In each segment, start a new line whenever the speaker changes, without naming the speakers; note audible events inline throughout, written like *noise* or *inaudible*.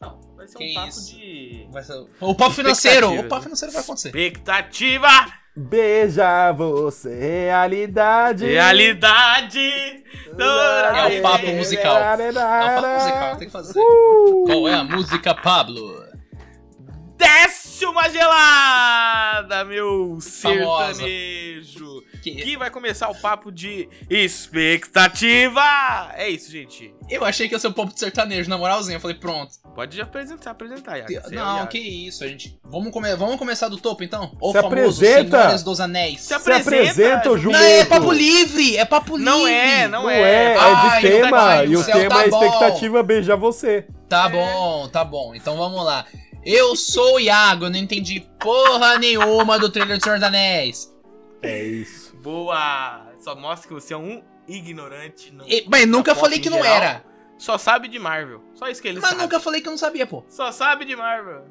Vai ser um
Que
papo
isso.
de.
Vai ser né? o- O papo financeiro, o papo financeiro vai acontecer.
Expectativa,
Beija você, é realidade.
É realidade.
É o papo musical.
É
Ah,
É um papo musical, tem que fazer.
uh!
Qual é a música, Pablo?
Desce uma gelada, meu
Famosa.
sertanejo.
Que-
Que vai começar o papo de expectativa. É isso, gente.
Eu achei que ia ser o papo de sertanejo, na moralzinha. Eu falei, pronto.
Pode já apresentar, apresentar, Iago. Você é o
Não,
Iago.
que isso, a gente. Vamos, come- Vamos começar do topo, então? O
Se
famoso
apresenta!
Senhoras dos Anéis.
Se
Se
apresenta,
apresenta, o
Ju-
Não,
jumento.
é papo livre! É papo livre!
Não é, não,
Não
é.
é, é
Ai,
de tema.
tá bom,
e o
céu,
tema
tá
é
bom.
expectativa beijar você.
é.
Tá bom, tá bom. Então vamos lá. Eu sou o Iago, eu não entendi porra nenhuma do trailer do Senhor dos Anéis.
É isso.
Boa. Só mostra que você é um ignorante. Não.
E- mas nunca
Pop
falei
em
que não
geral.
era.
Só sabe de Marvel. Só isso que ele
Mas
sabe.
nunca falei que eu não sabia, pô.
Só sabe de Marvel.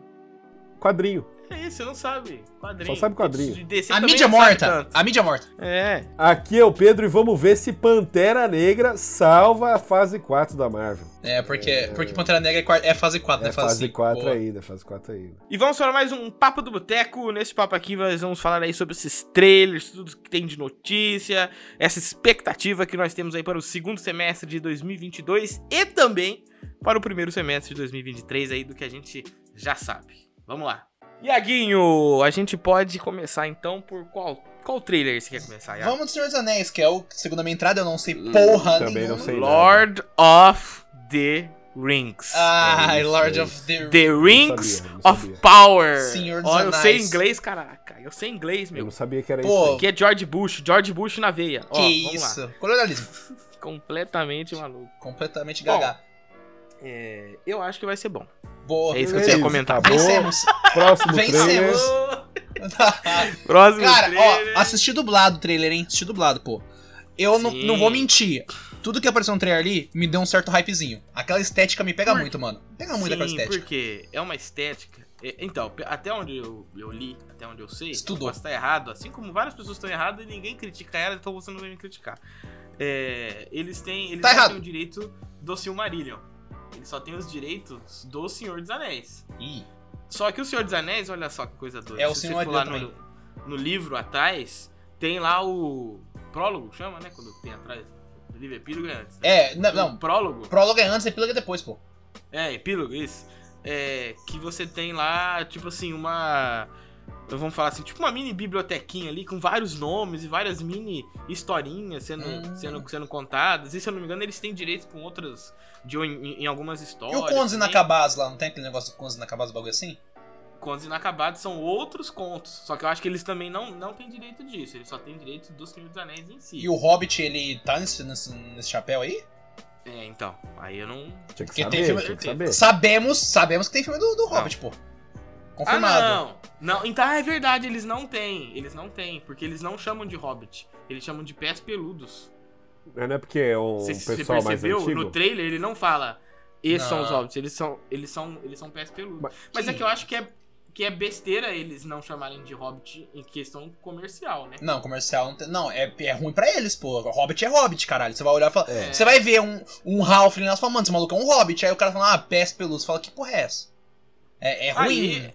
Quadrinho.
É isso, você não sabe. Quadrinho.
Só sabe quadrinho.
De DC
A
também
mídia
não sabe
morta.
tanto.
A mídia morta.
É.
Aqui é o Pedro e vamos ver se Pantera Negra salva a fase 4 da Marvel.
É, porque, porque Pantera Negra é quar- é, fase 4,
É
né? Fase,
fase
cinco.
4
Boa.
ainda, é fase 4 ainda.
E vamos para mais um Papo do Boteco. Nesse papo aqui, nós vamos falar aí sobre esses trailers, tudo que tem de notícia, essa expectativa que nós temos aí para o segundo semestre de 2022 e também para o primeiro semestre de 2023 aí do que a gente já sabe. Vamos lá. Iaguinho, a gente pode começar então por qual qual trailer você quer começar, Iago?
Vamos do Senhor dos Anéis, que é o segundo a minha entrada, eu não sei
Hum,
porra
Também
nenhuma.
não sei.
Lord of the Rings.
Ai,
É isso,
Lord
é
of the
The Rings
sabia, eu não
of
sabia.
Power.
Senhor dos
Ó, eu sei
Anéis.
inglês, caraca. Eu sei inglês,
Eu
meu.
não sabia que era
Pô,
isso. aí.
Que é George Bush, George Bush na veia. Ó,
Que
vamos
isso?
Lá.
Colonialismo.
Completamente maluco.
Completamente
Bom.
gaga.
É, eu acho que vai ser bom.
Boa.
É isso que eu
beleza.
tinha comentar.
Tá
*laughs*
bom.
Vencemos.
Próximo trailer.
Vencemos.
Próximo
Cara,
trailer.
ó, assisti dublado o trailer, hein? Assisti dublado, pô. Eu não,
Sim.
não vou mentir. Tudo que apareceu no trailer ali me deu um certo hypezinho. Aquela estética me pega
Por-
muito, mano. Pega muito aquela
Sim,
estética.
porque é uma estética. é, Então, pe- até onde eu, eu li, até onde eu sei,
Estudou.
eu posso estar errado, assim como várias pessoas estão erradas e ninguém critica elas, então você não vai me criticar. É, eles têm, eles
Tá
não
errado.
têm o direito do Silmarillion. Eles só têm os direitos do Senhor dos Anéis.
Ih,
Só que o Senhor dos Anéis, olha só que coisa doida.
É o
Se
Senhor
você for lá
Adriano
no, no livro atrás, tem lá o prólogo, chama, né? Quando tem atrás. O livro epílogo é antes. né?
É, não,
O
não.
Prólogo?
Prólogo é antes, epílogo é depois, pô.
É, epílogo, isso. É, que você tem lá, tipo assim, uma. Vamos falar assim, tipo uma mini bibliotequinha ali com vários nomes e várias mini historinhas sendo,
Hum.
sendo, sendo contadas. E se eu não me engano, eles têm direitos com outras. De, um, em, em algumas
E
histórias.
o Conze
também.
Nakabaz lá, não tem aquele negócio do Conze Nakabaz, bagulho assim?
Contos Inacabados são outros contos. Só que eu acho que eles também não, não têm direito disso. Eles só têm direito do Senhor dos Anéis em si.
E o Hobbit, ele tá nesse, nesse, nesse chapéu aí?
É, então. Aí eu não.
Tinha que
Porque tem
saber,
filme-
tinha que saber.
Sabemos, sabemos que tem filme do, do Hobbit, pô. Confirmado.
Ah, não! Não, então é verdade, eles não têm. Eles não têm. Porque eles não chamam de hobbit. Eles chamam de pés peludos.
Não é porque é um
Você você
pessoal mais
percebeu?
antigo.
No trailer ele não fala. Esses são os
Não.
hobbits. Eles são, eles são, eles são pés peludos.
Mas-
Mas é que eu acho que é, que é besteira eles não chamarem de hobbit em questão comercial, né?
Não, comercial não tem. Não, é, é ruim pra eles, pô. Hobbit é Hobbit, caralho. Você vai olhar e falar.
É.
Você vai ver um, um Ralph lá e fala, mano, esse maluco é um Hobbit. Aí o cara fala, ah, pés peludos. Fala, que porra é essa? É, é ruim.
Aí,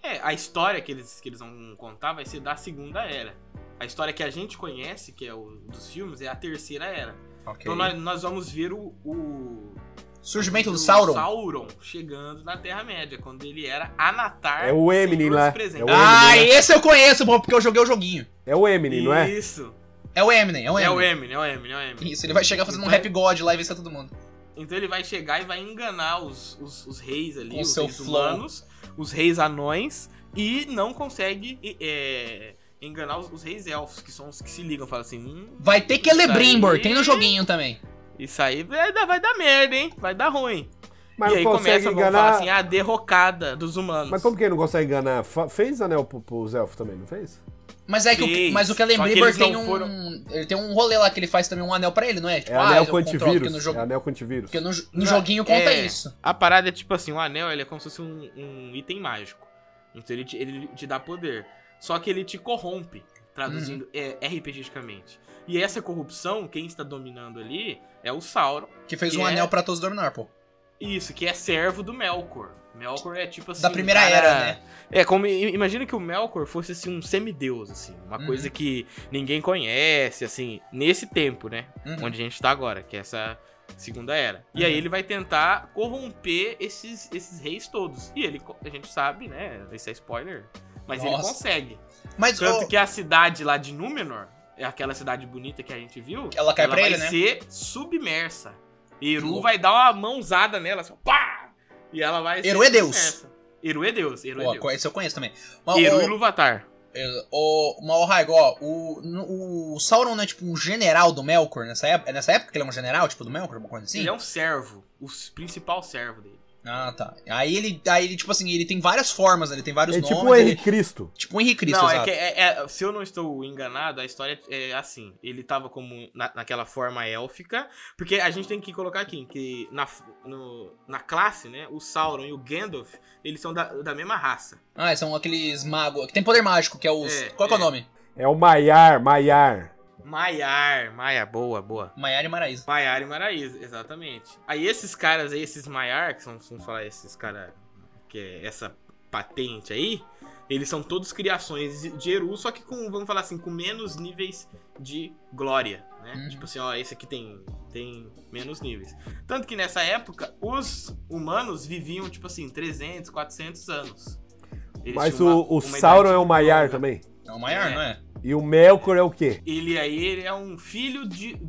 é, a história que eles, que eles vão contar vai ser da Segunda Era. A história que a gente conhece, que é o dos filmes, é a Terceira Era.
Ok.
Então nós, nós vamos ver o, o-
Surgimento
o
do Sauron.
Sauron chegando na Terra-média, quando ele era Anatar.
É o Eminem
Senhor dos
lá.
Presentes.
É o Eminem.
Ah,
né?
esse eu conheço, pô, porque eu joguei o joguinho.
É o Eminem, não é?
Ah, Isso.
É o Eminem, é o
É
Eminem.
o Eminem, é o Eminem, é o Eminem.
Isso, ele vai chegar fazendo um rap god lá e vencer todo mundo.
Então ele vai chegar e vai enganar os, os, os reis ali,
Com
os
seu
reis
flow.
humanos, os reis anões, e não consegue é, enganar os, os reis elfos, que são os que se ligam, falam assim, hum,
Vai ter
Isso aí.
Celebrimbor, tem no joguinho também.
isso aí vai dar, vai dar merda, hein? Vai dar ruim.
Mas
e aí
não consegue
começa, vamos falar
enganar.
assim, ah, a derrocada dos humanos.
Mas como que ele não consegue enganar? Fa- Fez anel pro, pros elfos também, não fez?
Mas é que, o,
Fez,
mas o
só que
Celebrimbor
eles
tem
não
um.
foram-
Ele tem um rolê lá que ele faz também um anel pra ele, não é?
É
Tipo,
anel
eu
com
controlo, porque
antivírus.
no jogo-
É anel com antivírus.
Porque no, no
Não,
joguinho conta
é.
isso.
A parada é tipo assim, o anel ele é como se fosse um, um item mágico. Então ele te, ele te dá poder. Só que ele te corrompe, traduzindo
Uhum.
é, RPGicamente. E essa corrupção, quem está dominando ali, é o Sauron.
Que fez
Que
um
é-
anel pra todos dominar, pô.
Isso, que é servo do Melkor. Melkor é tipo assim.
Da
um
primeira
cara-
era, né?
É, como, i- imagina que o Melkor fosse assim, um semideus, assim. Uma
Uhum.
coisa que ninguém conhece, assim, nesse tempo, né?
Uhum.
Onde a gente tá agora, que é essa segunda era. E
Uhum.
aí ele vai tentar corromper esses, esses reis todos. E ele, co- a gente sabe, né? Esse é spoiler. Mas ele
Nossa.
consegue.
Mas
Tanto
ô,
que a cidade lá de Númenor, é aquela cidade bonita que a gente viu,
ela cai pra
vai
ele, né?
ser submersa. Eru
Louco.
vai dar uma mãozada nela, assim, pá! E ela vai
Eru é Deus.
submersa. Eru é Deus, Eru é
Ó,
Deus.
co- esse eu conheço também. Mas,
Eru
ô,
e Luvatar.
eu- ô, mas, ô, Raigo, ó, o, no- o Sauron não é tipo um general do Melkor nessa época? É nessa época que ele é um general, tipo, do Melkor, alguma coisa assim?
Ele é um servo, o s- principal servo dele.
Ah, tá. Aí ele, aí ele, tipo assim, ele tem várias formas, ele tem vários
É
nomes.
tipo o
ele-
Henrique Cristo.
tipo o Henrique Cristo,
não, é
exato.
que é- é- se eu não estou enganado, a história é assim. Ele tava como na- naquela forma élfica, porque a gente tem que colocar aqui que na, f- no- na classe, né, o Sauron e o Gandalf, eles são da, da mesma raça.
Ah, são aqueles magos, que tem poder mágico, que é os...
É,
qual que é o
é.
nome?
É o Maiar, Maiar.
Maiar, Maia, boa, boa.
Maiara e Maraísa.
Maiar e Maraíza, exatamente. Aí esses caras aí, esses Maiar, que são, vamos falar, esses caras, que é essa patente aí, eles são todos criações de Eru, só que com, vamos falar assim, com menos níveis de glória, né?
Uhum.
Tipo assim, ó, esse aqui tem, tem menos níveis. Tanto que nessa época, os humanos viviam, tipo assim, 300, 400 anos. Eles
Mas
tinham
o,
uma-
o
uma
Sauron
idade
é o Maiar
longa.
também.
É o Maiar,
É.
não é?
E o Melkor é o quê?
ele aí ele é um filho de,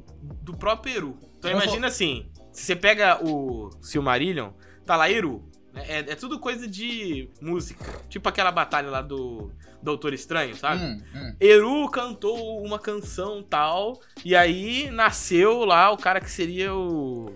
do próprio Eru. Então
Eu vou-
imagina assim, se você pega o Silmarillion, tá lá Eru. né? É, é tudo coisa de música. Tipo aquela batalha lá do Doutor Estranho, sabe?
Hum, hum.
Eru cantou uma canção tal, e aí nasceu lá o cara que seria o...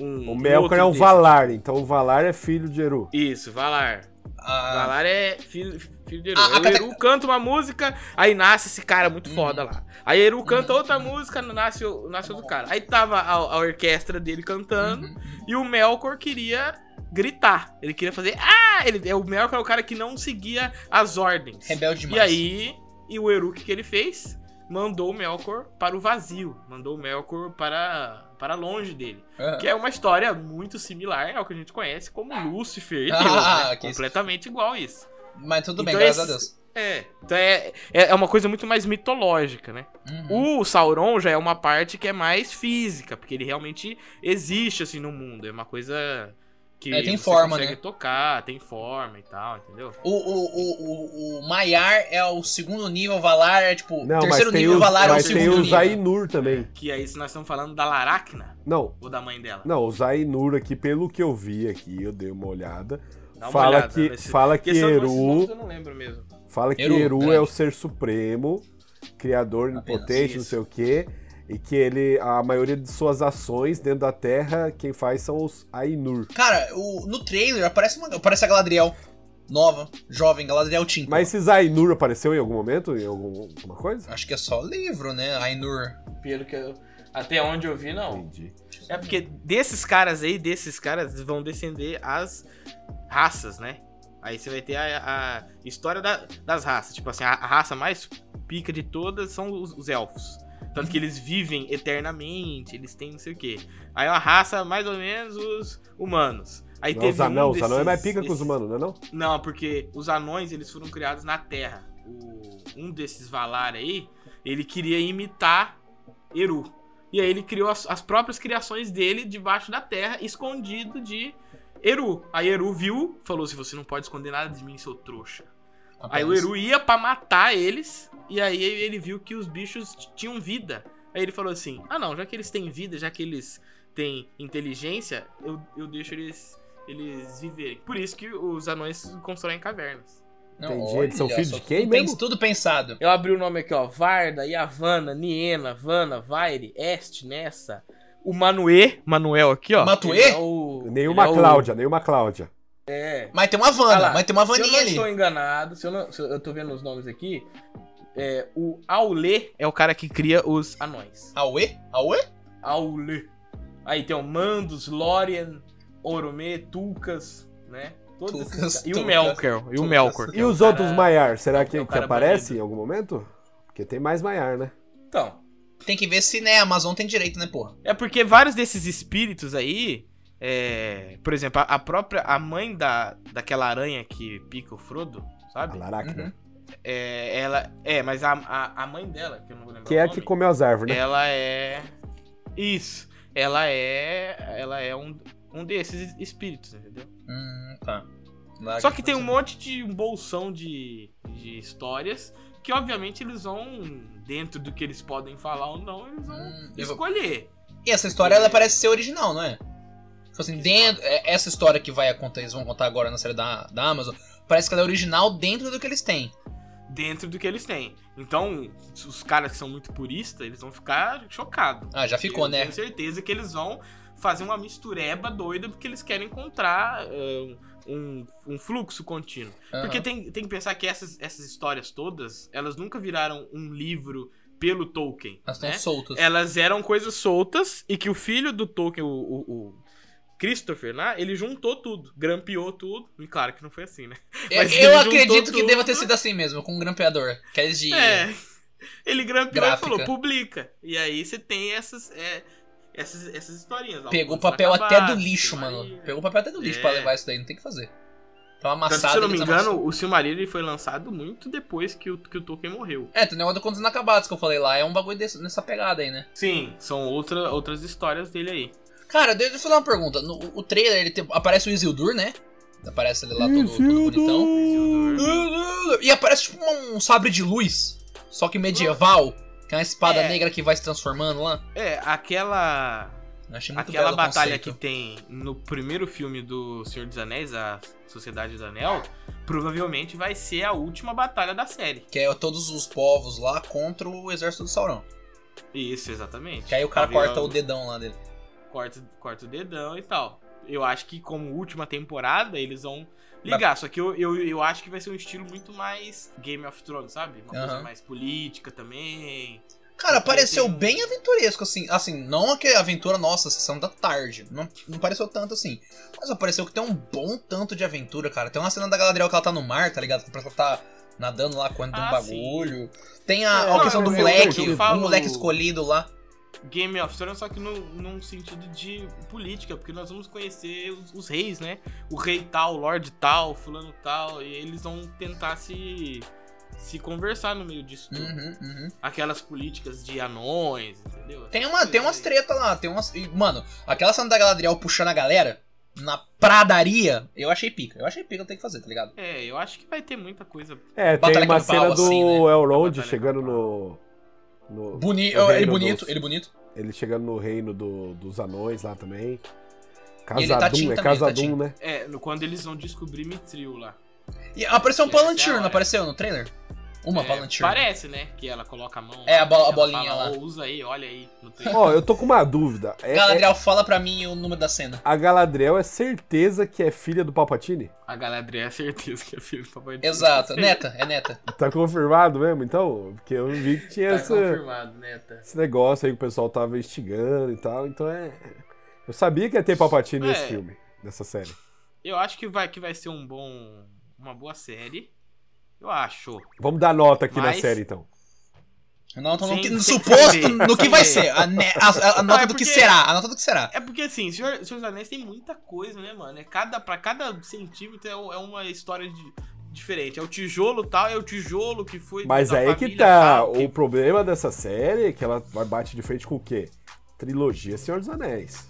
um-
O
um
Melkor
outro
é o
desse.
Valar, então o Valar é filho de Eru.
Isso, Valar.
Ah,
Valar é filho, filho de Eru.
Ah,
Aí
a
o
cate-
Eru canta uma música, aí nasce esse cara muito
Uhum.
foda lá. Aí Eru canta
Uhum.
outra música, nasce, o- nasce outro cara. Aí tava a, a orquestra dele cantando
uhum.
e o Melkor queria gritar. Ele queria fazer. Ah! Ele, é, o Melkor é o cara que não seguia as ordens.
Rebelde
e
demais.
aí, e o Eru, o que, que ele fez? Mandou o Melkor para o vazio. Mandou o Melkor para, para longe dele.
Ah.
Que é uma história muito similar ao que a gente conhece como Lúcifer e
Ah,
Deus, né?
que isso.
Completamente igual isso.
Mas tudo bem,
Então
graças
esses- É. Então é, é é uma coisa muito mais mitológica, né?
a Deus. Uhum.
O Sauron já é uma parte que é mais física, porque ele realmente existe assim no mundo. É uma coisa que
É, tem forma,
consegue
né?
tocar, tem forma e tal, entendeu?
O, o, o, o, o Maiar é o segundo nível, o Valar é tipo.
Não, mas
terceiro
tem
nível,
os,
o Valar é o
mas tem
segundo
os
nível.
Ainur também.
Que aí se nós estamos falando da Laracna
Não,
ou da mãe dela.
não, os Ainur aqui, pelo que eu vi aqui, eu dei uma olhada.
Dá uma
fala
olhada
que,
nesse-
fala que
Porque são esses nomes
Eru,
que eu não lembro mesmo.
fala que
Eru,
Eru
peraí.
é o ser supremo, criador
Apenas
onipotente, não
Tá isso.
sei o quê, e que ele a maioria de suas ações dentro da Terra, quem faz são os Ainur.
Cara, o, no trailer aparece, uma, aparece a Galadriel. Nova, jovem, Galadriel Tim.
Mas esses Ainur apareceu em algum momento, em algum- alguma coisa?
Acho que é só livro, né? Ainur.
Pelo que eu... Até onde eu vi, não.
Entendi.
É porque desses caras aí, desses caras, vão descender as raças, né? Aí você vai ter a, a história da- das raças. Tipo assim, a, a raça mais pica de todas são os, os elfos. Tanto que eles vivem eternamente, eles têm não sei o quê. Aí é uma raça mais ou menos os humanos. Aí
Não,
teve
os anão,
um
os anão é
desses-
mais pica que os
desses-
humanos, não é não?
Não, porque os anões, eles foram criados na Terra. O- um desses Valar aí, ele queria imitar Eru. E aí ele criou as, as próprias criações dele debaixo da terra, escondido de Eru. Aí Eru viu, falou assim, você não pode esconder nada de mim, seu trouxa. Aí o Eru ia pra matar eles, e aí ele viu que os bichos t- tinham vida. Aí ele falou assim, ah não, já que eles têm vida, já que eles têm inteligência, eu, eu deixo eles, eles viverem. Por isso que os anões constroem cavernas.
Não,
Entendi, eles são
olha
filhos
só,
de quem
tudo
mesmo?
pens- Tudo pensado.
Eu abri o nome aqui, ó. Varda, Yavanna, Niena, Vana, Vaire, Este, Nessa. O Manuê, Manuel aqui, ó.
Matuê?
Ele é o-
Nenhuma
ele é o-
Cláudia, nenhuma Cláudia.
Mas tem uma
Ah
Vana,
lá,
mas tem uma
Se eu
Vaninha
não
ali.
estou enganado, se eu, não, se eu- eu tô vendo os nomes aqui, é, o Aulê é o cara que cria os anões.
Aue? Aue?
Aulê. Aí tem o Mandos, Lorien, Oromê, Tulkas, né? Todos esses
Tulkas,
ca- e o
Tulkas,
Melkor, e o
Tulkas.
Melkor. que
E
é o
os
cara-
outros Maiar, será que,
é o
que
cara
aparece
banido.
em algum momento? Porque tem mais Maiar, né?
Então,
Tem que ver se, né, a Amazon tem direito, né, porra?
É porque vários desses espíritos aí é, por exemplo, a, a própria. A mãe da, daquela aranha que pica o Frodo,
A
sabe?
Laracna.
né?
Uhum.
É, ela. É, mas a, a, a mãe dela, que eu não vou lembrar.
Que
o
é a
nome,
que comeu as árvores, né?
Ela é. Isso. Ela é. Ela é um, um desses espíritos, entendeu?
Hum, tá. Lá
Só que tem um
você-
monte de um bolsão de, de histórias que, obviamente, eles vão, dentro do que eles podem falar ou não, eles vão
Hum, eu vou-
escolher.
E essa história, ela parece ser original, não é? Tipo assim, dentro, é- essa história que vai acontecer, eles vão contar agora na série da, da Amazon, parece que ela é original dentro do que eles têm.
Dentro do que eles têm. Então, os caras que são muito puristas, eles vão ficar chocados.
Ah, já ficou,
eu
né?
Tenho certeza que eles vão fazer uma mistureba doida porque eles querem encontrar eh, um, um fluxo contínuo.
Aham.
Porque tem, tem que pensar que essas, essas histórias todas, elas nunca viraram um livro pelo Tolkien.
Elas estão
né?
soltas.
Elas eram coisas soltas e que o filho do Tolkien, o, o- o Christopher, né? Ele juntou tudo, grampeou tudo. E claro que não foi assim, né?
Eu,
mas
eu
ele
acredito
juntou
que
tudo.
deva ter sido assim mesmo, com um grampeador. Que é de.
É. *laughs* Ele grampeou
Gráfica.
e falou, publica. E aí você tem essas, é, essas, essas historinhas. lá,
Pegou
um
papel
Acabados,
até do lixo,
Silmarillion.
mano. Pegou papel até do lixo
É.
pra levar isso daí, não tem o que fazer. Então
Tanto que,
amassado.
se eu não me
eles
engano,
amassaram.
o Silmarillion ele foi lançado muito depois que o, que o Tolkien morreu.
É, tem o negócio do Contos Inacabados que eu falei lá. É um bagulho desse, nessa pegada aí, né?
Sim. São outra, outras histórias dele aí.
Cara, deixa eu falar uma pergunta. No, o trailer, ele tem- aparece o Isildur, né? Aparece ele lá todo, todo bonitão.
Isildur!
E aparece tipo um, um sabre de luz, só que medieval, que é uma espada
É.
negra que vai se transformando lá.
É, aquela.
Eu achei muito
Aquela
belo o
batalha
conceito.
que tem no primeiro filme do Senhor dos Anéis, a Sociedade do Anel, provavelmente vai ser a última batalha da série.
Que é todos os povos lá contra o exército do Sauron.
Isso, exatamente.
Que aí o cara
Talvez
corta
ela-
o dedão lá dele.
Corta, corta o dedão e tal. Eu acho que como última temporada, eles vão ligar. Só que eu, eu, eu acho que vai ser um estilo muito mais Game of Thrones, sabe? Uma coisa
Aham.
mais política também.
Cara, pareceu
tem um-
bem aventuresco, assim. Assim, não aquela aventura nossa, sessão da tarde. Não, não pareceu tanto assim. Mas apareceu que tem um bom tanto de aventura, cara. Tem uma cena da Galadriel que ela tá no mar, tá ligado? Que parece que ela tá nadando lá quando tem um
Ah,
bagulho. Tem a,
É,
a questão
não,
do
eu-
moleque,
eu
o
falo-
moleque escolhido lá.
Game of Thrones, só que no, num sentido de política, porque nós vamos conhecer os, os reis, né? O rei tal, o lord tal, fulano tal, e eles vão tentar se se conversar no meio disso tudo.
Uhum, uhum.
Aquelas políticas de anões, entendeu?
Tem, uma,
Essas
tem umas
coisas
treta lá, tem umas. e, Mano, aquela cena da Galadriel puxando a galera na pradaria, eu achei pica. Eu achei pica, eu tenho que fazer, tá ligado?
aí. É, eu acho que vai ter muita coisa.
É, tem
Batalha
uma
campal,
cena do
assim, né?
Elrond
Batalha
chegando
campal.
no... no-
Boni
no
ele
reino
bonito,
dos-
ele bonito.
Ele chegando no reino do- dos anões lá também.
ele tá
Casadum,
tinho
é
também,
Casadum,
tadinho.
né?
É, no- quando eles vão descobrir Mithril lá.
E apareceu um
Essa é a
Palantir, não
hora.
apareceu no trailer? Uma
É,
Palantir.
Parece, né? Que ela coloca a mão.
É, a bola- a
ela
bolinha
fala,
lá.
"Ó, usa aí, olha aí. No
*laughs*
trailer."
Ó, eu tô com uma dúvida. É- é-
Galadriel, fala pra mim o número da cena.
a Galadriel é certeza que é filha do Palpatine?
a Galadriel é certeza que é filho do papai do
Exato,
Sim.
neta, é neta.
Tá *laughs* confirmado mesmo, então? Porque eu vi que tinha
Tá
essa-
confirmado, neta.
esse negócio aí que o pessoal tava instigando e tal. Então é. Eu sabia que ia ter Palpatine nesse
É.
filme, nessa série.
Eu acho que vai, que vai ser um bom. Uma boa série. Eu acho.
Vamos dar nota aqui na
Mas-
série, então.
Não, então no,
Sim,
que-
tem
no
que
suposto,
saber,
no que
saber.
vai ser. A, ne-
*laughs*
a- a- a nota
é
do que
porque-
será, a nota do que será.
É porque assim, Senhor, Senhor dos Anéis tem muita coisa, né, mano? É cada, pra cada centímetro é, um- é uma história de- diferente. É o tijolo tal, é o tijolo que foi.
Mas
da
aí que
família
tá.
tal, que-
O problema dessa série é que ela vai- bate de frente com o quê? Trilogia Senhor dos Anéis.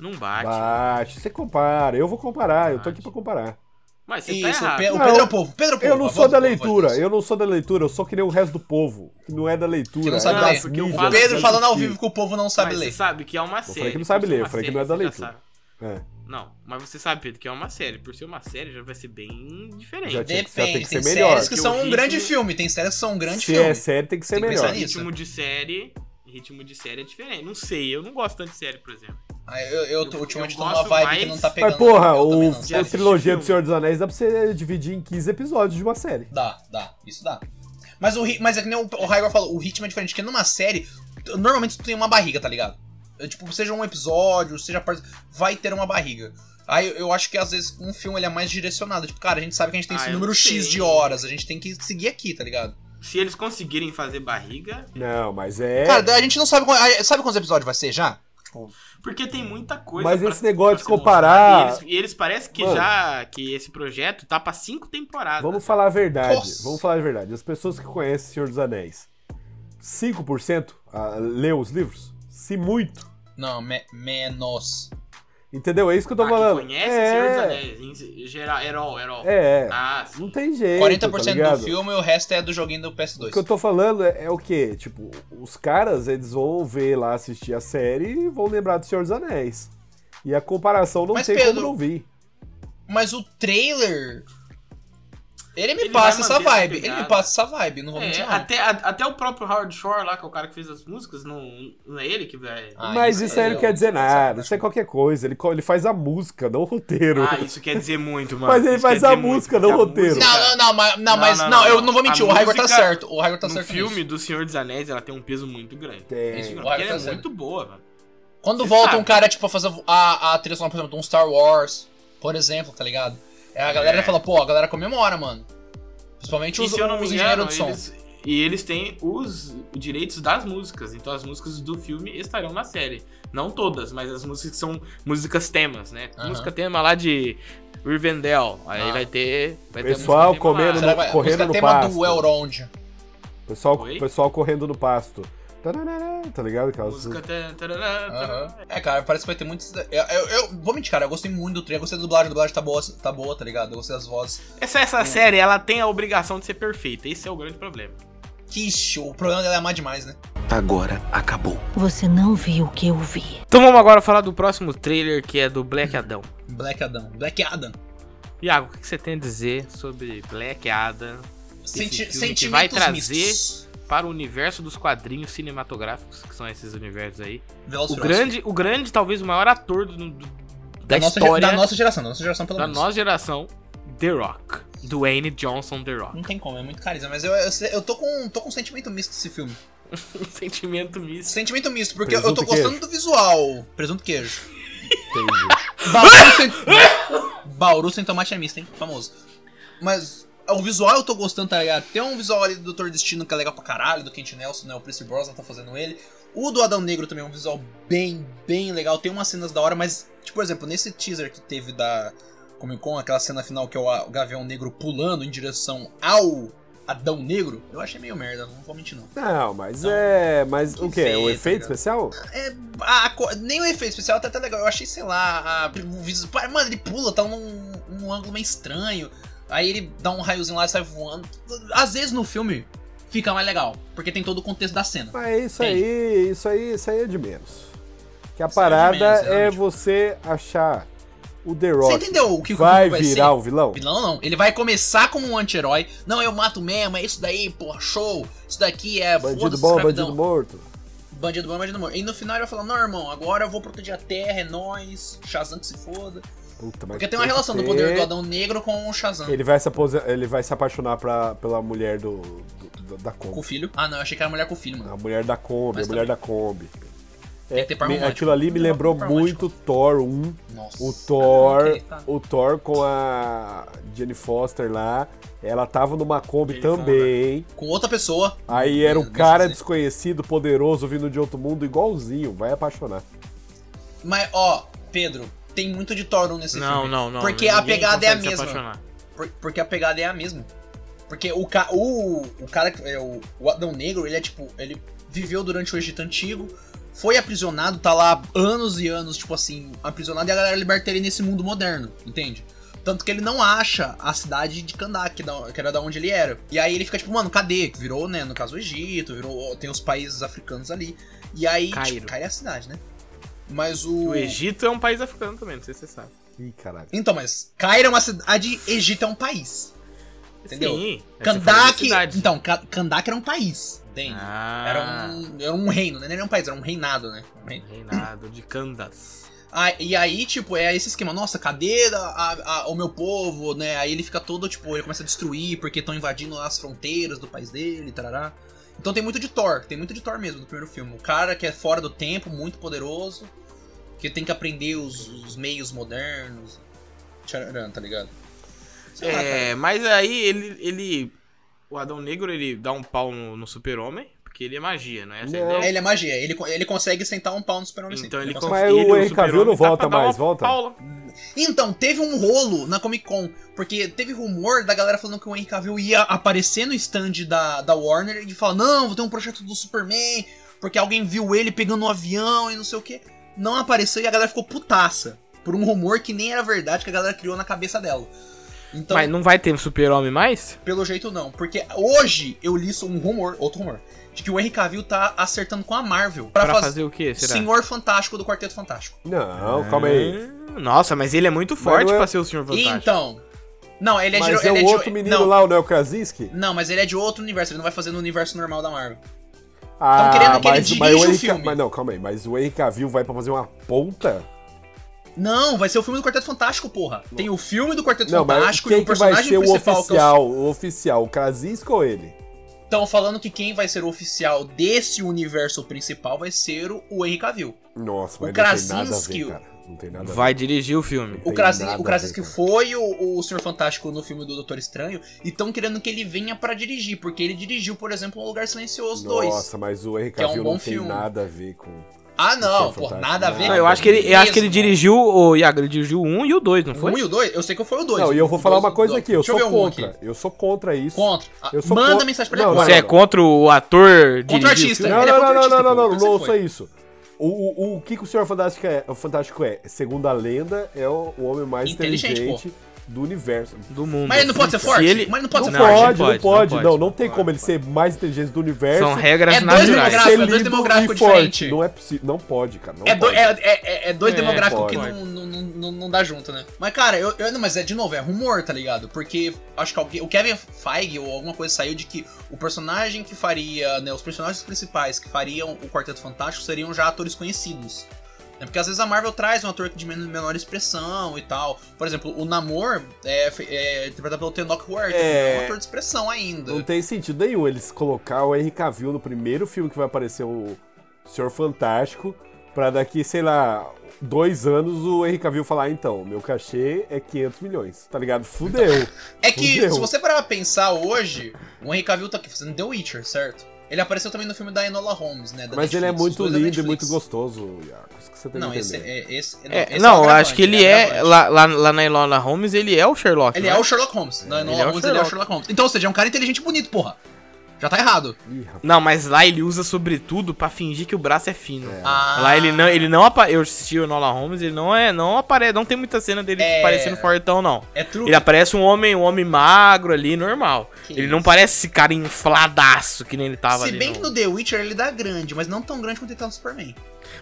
Não bate.
Bate, você compara. Eu vou comparar, eu tô aqui pra comparar.
Mas você tá
Isso, o,
errado.
Pe- o
Não,
Pedro é o povo, Pedro é o povo.
Eu não
a
sou
voz
da
do povo, a voz
leitura,
disso.
eu não sou da leitura, eu sou que nem o resto do povo, que não é da leitura.
Que não
é
sabe
das
ler,
porque o
mídias,
falo-
Pedro
das
falando ao
mídias.
vivo que o povo não sabe
mas
ler.
você sabe que é uma série.
falei que não sabe
por ser
ler,
uma
eu falei que não é da
série, você já
leitura.
sabe.
É.
Não, mas você sabe, Pedro, que é uma série. Por ser uma série, já vai ser bem diferente.
Já tinha que ser- tem
Depende,
que
tem
ser melhor.
séries que
Porque
são
o
um grande
ritmo-
filme, tem séries que são um grande
Se
filme.
é sério, tem que ser
Tem que
melhor.
pensar nisso.
Ritmo de série. Ritmo de série é diferente. Não sei, eu não gosto tanto de série, por exemplo.
Ah, Eu, eu tô-
Eu-
ultimamente
eu
tô numa
gosto
vibe
mais-
que não tá pegando.
Mas, porra,
eu também
o,
não,
a
Já
sério.
assisti
trilogia do
filme.
Senhor dos Anéis dá pra você dividir em 15 episódios de uma série.
Dá, dá, isso dá. Mas, o, ri- mas é que nem o, o Raigor falou, o ritmo é diferente, porque numa série, t- normalmente tu tem uma barriga, tá ligado? É, tipo, seja um episódio, seja parte. Vai ter uma barriga. Aí eu- eu acho que às vezes um filme ele é mais direcionado. Tipo, cara, a gente sabe que a gente tem
Ah,
esse
eu
número
não sei.
X de horas, a gente tem que seguir aqui, tá ligado?
Se eles conseguirem fazer barriga.
Não, mas é.
Cara, a gente não sabe. quan- a- Sabe quantos episódios vai ser já?
cara.
Porque tem muita coisa.
Mas
pra-
esse negócio de
pra ser
comparar-
lançada, E eles, e eles parecem que
Mano.
já. Que esse projeto tá pra cinco temporadas.
Vamos falar a verdade.
Nossa.
Vamos falar a verdade. As pessoas que conhecem Senhor dos Anéis, 5% ah, leu os livros? Se muito.
Não, me- menos.
Entendeu? É isso que eu tô
Ah, que
falando.
conhece
é,
Senhor dos Anéis. Em geral, Herol, Herol.
É,
Ah, sim.
não tem jeito.
40%
tá
do
ligado?
filme e o resto é do joguinho do
O
PS2.
que eu tô falando é, é o quê? Tipo, os caras, eles vão ver lá, assistir a série e vão lembrar do Senhor dos Anéis. E a comparação não
Mas,
tem
Pedro,
como não vir.
Mas o trailer. Ele me
Ele vai
passa essa
manter essa
vibe. Ele
pegada.
me passa essa vibe, não vou
É,
mentir. não.
até, a- até o próprio Howard Shore lá, que é o cara que fez as músicas, não, não é ele que vai.
Ah,
Mas
isso
isso aí
aí
não
eu-
quer dizer
isso aí eu acho
nada. Isso é qualquer coisa. Ele, co- ele faz a música, não o roteiro.
Ah, isso quer dizer muito, mano.
Mas ele
Isso
faz
quer
a
dizer muito,
música,
porque
não o
a
roteiro.
música-
Não, não, não, mas, não,
Não,
mas
não,
não,
não.
eu não vou mentir.
A
o Raigor tá
música
certo. O Raigor tá
no
certo.
filme
nisso.
do Senhor dos Anéis, ela tem um peso muito grande.
Tem.
Isso,
Vai,
porque ela é
tá certo.
muito boa, velho.
Quando
Você
volta
sabe.
um cara, tipo, a fazer a, a trilha sonora, por exemplo, de um Star Wars, por exemplo, tá ligado? É, a galera
É.
fala, pô, a galera comemora, mano. Principalmente
E
os,
se eu não me
os engenheiros
engano,
de som.
eles, e eles têm os direitos das músicas. Então as músicas do filme estarão na série. Não todas, mas as músicas que são músicas temas, né?
Aham.
Música tema lá de Rivendell. Aí
Ah.
vai ter. Vai ter a
Pessoal
música tema lá.
comendo
Será que vai-
correndo
música é
no
tema
pasto.
do Elrond.
Pessoal,
Oi?
pessoal correndo no pasto. Tarará, tá ligado? Aquelas...
Música. tan, tarará, tarará.
Aham. É, cara, parece que vai ter muitos. Eu, eu- eu vou mentir, cara, eu gostei muito do trailer, eu gostei da dublagem, a dublagem tá boa, tá boa, tá ligado? Eu gostei das vozes.
Essa, essa série, ela tem a obrigação de ser perfeita. Esse é o grande problema.
Que show, o problema dela é amar demais, né?
Agora acabou.
Você não viu o que eu vi.
Então vamos agora falar do próximo trailer, que é do Black Adam.
Black Adam, Black Adam.
Iago, o que que você tem a dizer sobre Black Adam
Senti
filme que
sentimentos
vai trazer-
mistos.
para o universo dos quadrinhos cinematográficos, que são esses universos aí?
Velozes
O
e Furiosos.
grande, o grande, talvez o maior ator do- do- da,
da nossa, ge-
história
da nossa geração, da nossa geração pelo
da
menos.
nossa geração, The Rock. Dwayne Johnson The Rock.
*laughs* Não tem como, é muito carisma, mas eu, eu, eu tô, com, tô com um sentimento misto desse filme.
Um sentimento misto.
Sentimento misto, porque eu- eu
Presunto
tô
e queijo.
gostando do visual. Presunto e queijo.
Entendi.
Bauru sem... Bauru sem tomate é misto, hein? Famoso. Mas o visual eu tô gostando, tá ligado? Tem um visual ali do Doutor Destino que é legal pra caralho, do Kent Nelson, né? O Prince Brosnan tá fazendo ele. O do Adão Negro também é um visual bem, bem legal. Tem umas cenas da hora, mas, tipo, por exemplo, nesse teaser que teve da Comic Con, aquela cena final que é o o Gavião Negro pulando em direção ao Adão Negro, eu achei meio merda, não vou mentir não.
Não, mas
Não.
é. Mas o
Que
quê? É um
feio, tá
efeito
ligado?
especial?
É, a co- nem o efeito especial tá até legal. Eu achei, sei lá, a, o visual. Mano, ele pula, tá num, num ângulo meio estranho. Aí ele dá um raiozinho lá e sai voando. Às vezes no filme fica mais legal, porque tem todo o contexto da cena.
Mas é isso
Entendi.
aí, isso aí, isso aí é de menos. Que
Isso aí
a
é de
parada
menos,
é
realmente.
você achar o The
Você
Rock
entendeu o que
vai
o filme
virar o vilão?
ser? Não, não. Ele vai começar como um anti-herói. Não, eu mato mesmo, é isso daí, porra, show. Isso daqui é
Bandido
foda-se,
bom,
escravidão.
bandido morto.
Bandido bom, bandido bom. E no final ele vai falar, não, irmão, agora eu vou proteger a terra, é nóis, Shazam que se foda.
Puta, mas
Porque tem uma
que
relação do
ter-
poder do Adão Negro com o Shazam.
Ele vai se, apose- ele vai se apaixonar pra, pela mulher do, do- da
Com o
Kombi.
filho? Ah, não, eu achei que era mulher com o filho, mano.
A mulher da Kombi,
Mas
a mulher da Kombi.
Tem que ter par
É, me-
romântico.
aquilo ali me
Não,
lembrou
par
muito Thor 1,
Nossa.
o Thor,
Ah, Ok, tá.
o Thor com a Jenny Foster lá. Ela tava numa Kombi
Jenny
né?
também.
Com outra pessoa.
Aí era um
Mesmo
cara
assim.
desconhecido, poderoso, vindo de outro mundo, igualzinho. Vai apaixonar.
Mas, ó, Pedro, tem muito de Thor 1 nesse
Não,
filme.
não, não.
Porque a
ninguém
pegada é a
consegue se
mesma.
apaixonar.
Por- porque a pegada é a mesma. Porque o, ca o, o cara, que- é, o, o Adão Negro, ele é tipo, ele viveu durante o Egito Antigo, foi aprisionado, tá lá anos e anos, tipo assim, aprisionado, e a galera liberta ele nesse mundo moderno, entende? Tanto que ele não acha a cidade de Kandak, que da- que era da onde ele era. E aí ele fica tipo, mano, cadê? Que Virou, né, no caso, o Egito, virou, tem os países africanos ali. E aí,
Cairo.
tipo, cai a cidade, né? Mas o...
O Egito é um país africano também, não sei se você sabe.
Ih, caralho.
Então, mas Cairo é uma cidade, Egito é um país. Entendeu?
Sim. essa foi a
Kandak.
cidade.
Então, Ka- Kandak era um país, entende?
Ah,
Era, um, era um reino, né? Nem era um país, era um reinado, né? Um reino.
Reinado de Candas.
Ah, e aí, tipo, é esse esquema, nossa, cadê a- a- a- o meu povo, né? Aí ele fica todo, tipo, ele começa a destruir porque estão invadindo as fronteiras do país dele, tarará. Então tem muito de Thor, tem muito de Thor mesmo no primeiro filme. O cara que é fora do tempo, muito poderoso, que tem que aprender os, os meios modernos, tcharam, tá ligado? Sei lá, cara.
É, mas aí ele, ele. O Adão Negro ele dá um pau no, no Super-Homem. porque Porque ele é magia, não é essa a
Não.
ideia?
Ele é magia, ele, co- ele consegue sentar um pau no Super-Homem sim.
Então ele
consegue-
Mas o Henry
Super-Homem
Cavill não
tá pra
volta
dar uma
mais, volta?
Paula.
Então, teve um rolo na Comic Con, porque teve rumor da galera falando que o Henry Cavill ia aparecer no stand da, da Warner e falar, não, vou ter um projeto do Superman, porque alguém viu ele pegando um avião e não sei o que. Não apareceu e a galera ficou putaça. Por um rumor que nem era verdade que a galera criou na cabeça dela. Então,
Mas não vai ter super-homem mais?
pelo jeito não, porque hoje eu li um rumor, outro rumor, de que o Henry Cavill tá acertando com a Marvel pra,
Pra
fazer,
fazer o quê, será?
Senhor Fantástico do Quarteto Fantástico.
Não, calma aí.
Ah, Nossa, mas ele é muito forte
não é-
pra ser o Senhor Fantástico.
Então, não, ele é giro-
Mas é
ele
o
de-
outro menino
não,
lá, o Noel Krasinski?
Não, mas ele é de outro universo, ele não vai fazer no universo normal da Marvel.
Ah,
querendo que ele dirija o
Henry
filme.
Ca- mas não, calma aí. Mas o Henry Cavill vai pra fazer uma ponta?
Não, vai ser o filme do Quarteto Fantástico, porra. Tem o filme do Quarteto
Não, mas
um Fantástico e
quem
o
que vai
personagem
ser o
principal é
oficial? O oficial, o Krasinski ou ele?
que Estão falando que quem vai ser o oficial desse universo principal vai ser o, o Henry Cavill.
Nossa,
O
mas não tem nada a
Krasinski-
ver, cara. Não tem nada a ver.
Vai dirigir o filme.
O,
Tem
Krasin,
nada
o
a
Krasinski
ver, cara.
foi o, o Senhor Fantástico no filme do Doutor Estranho e estão querendo que ele venha pra dirigir, porque ele dirigiu, por exemplo, O Lugar Silencioso 2.
Nossa, mas o Henry
que é um
Cavill
bom
não tem
filme.
nada a ver com...
Ah, não,
Senhor
pô,
Fantástico.
nada a ver.
Não, eu acho que ele, eu acho que ele
Mesmo.
dirigiu o Iago, ele dirigiu o 1 e o 2, não
O
foi?
um e o dois? Eu sei que foi o dois.
Não, e eu vou
O
falar
dois-
uma coisa
dois.
aqui, eu
Deixa
sou
ver um aqui.
contra. Eu sou contra isso.
Contra. Ah,
Eu sou
Manda
contra-
mensagem pra ele
Não,
agora.
Você é contra o ator dirigir
Contra o
o
artista.
filme?
Não,
Ele é
não, não, não,
contratista,
não, não,
pô,
não, não,
então você
só
foi.
isso. O, o, o que, que o Senhor Fantástico é, o Fantástico é? Segundo a lenda, é o, o homem mais
Inteligente,
inteligente, do universo.
Do mundo. assim.
Mas ele não pode ser
Se
forte?
ele-
Mas ele não pode
não,
ser
ele
forte?
pode, não pode, não Não, tem
pode,
como ele
pode.
ser mais inteligente do universo.
São regras
É dois
naturais.
demográficos.
ser
dois
lindo
demográficos
e forte.
diferentes.
Não é possível, não pode, cara. Não
É, do-
pode.
é, é- é- é dois
É,
demográficos que
pode.
não, não, não, não- não dá junto, né? Mas, cara, eu, eu- não, mas é de novo, é rumor, tá ligado? Porque acho que alguém, o Kevin Feige ou alguma coisa saiu de que o personagem que faria, né? Os personagens principais que fariam o Quarteto Fantástico seriam já atores conhecidos. É porque às vezes a Marvel traz um ator de men- menor expressão e tal. Por exemplo, o Namor é, fe- é interpretado pelo Tenoch Huerta,
É.
é um ator de expressão ainda.
Não tem sentido nenhum eles colocar o Henry Cavill no primeiro filme que vai aparecer o Senhor Fantástico pra daqui, sei lá, dois anos o Henry Cavill falar, "Ah, então, meu cachê é 500 milhões, tá ligado? Fudeu.
É que,
Fudeu.
se você parar pra pensar hoje, o Henry Cavill tá aqui fazendo The Witcher, certo? Ele apareceu também no filme da Enola Holmes, né? da
Mas ele é
Netflix, os
muito
dois da
lindo e
Netflix.
muito gostoso, Iago. Isso que você tem
Não,
que
esse
entender.
é. Esse,
É,
esse
não, eu
um
acho
agravante,
que ele
um
é.
agravante.
Lá, lá, lá na Ilona Holmes, ele é o Sherlock.
Ele
não
é o Sherlock Holmes. Na Enola
ele é o
Holmes ele é o
Sherlock.
Sherlock Holmes. Então, ou seja, é um cara inteligente e bonito, porra. Já tá errado.
Ih, rapaz.
Não, mas lá ele usa sobretudo pra fingir que o braço é fino.
Ah,
Lá ele não, ele não apa- Eu assisti o Nola Holmes, ele não é, não aparece, não tem muita cena dele
É.
parecendo fortão não.
É truque.
Ele aparece um homem, um homem magro ali, normal.
Que
ele
isso.
não parece esse cara infladaço que nem ele tava
Se
ali.
bem
não.
que no The Witcher ele dá grande, mas não tão grande quanto ele tá no Superman.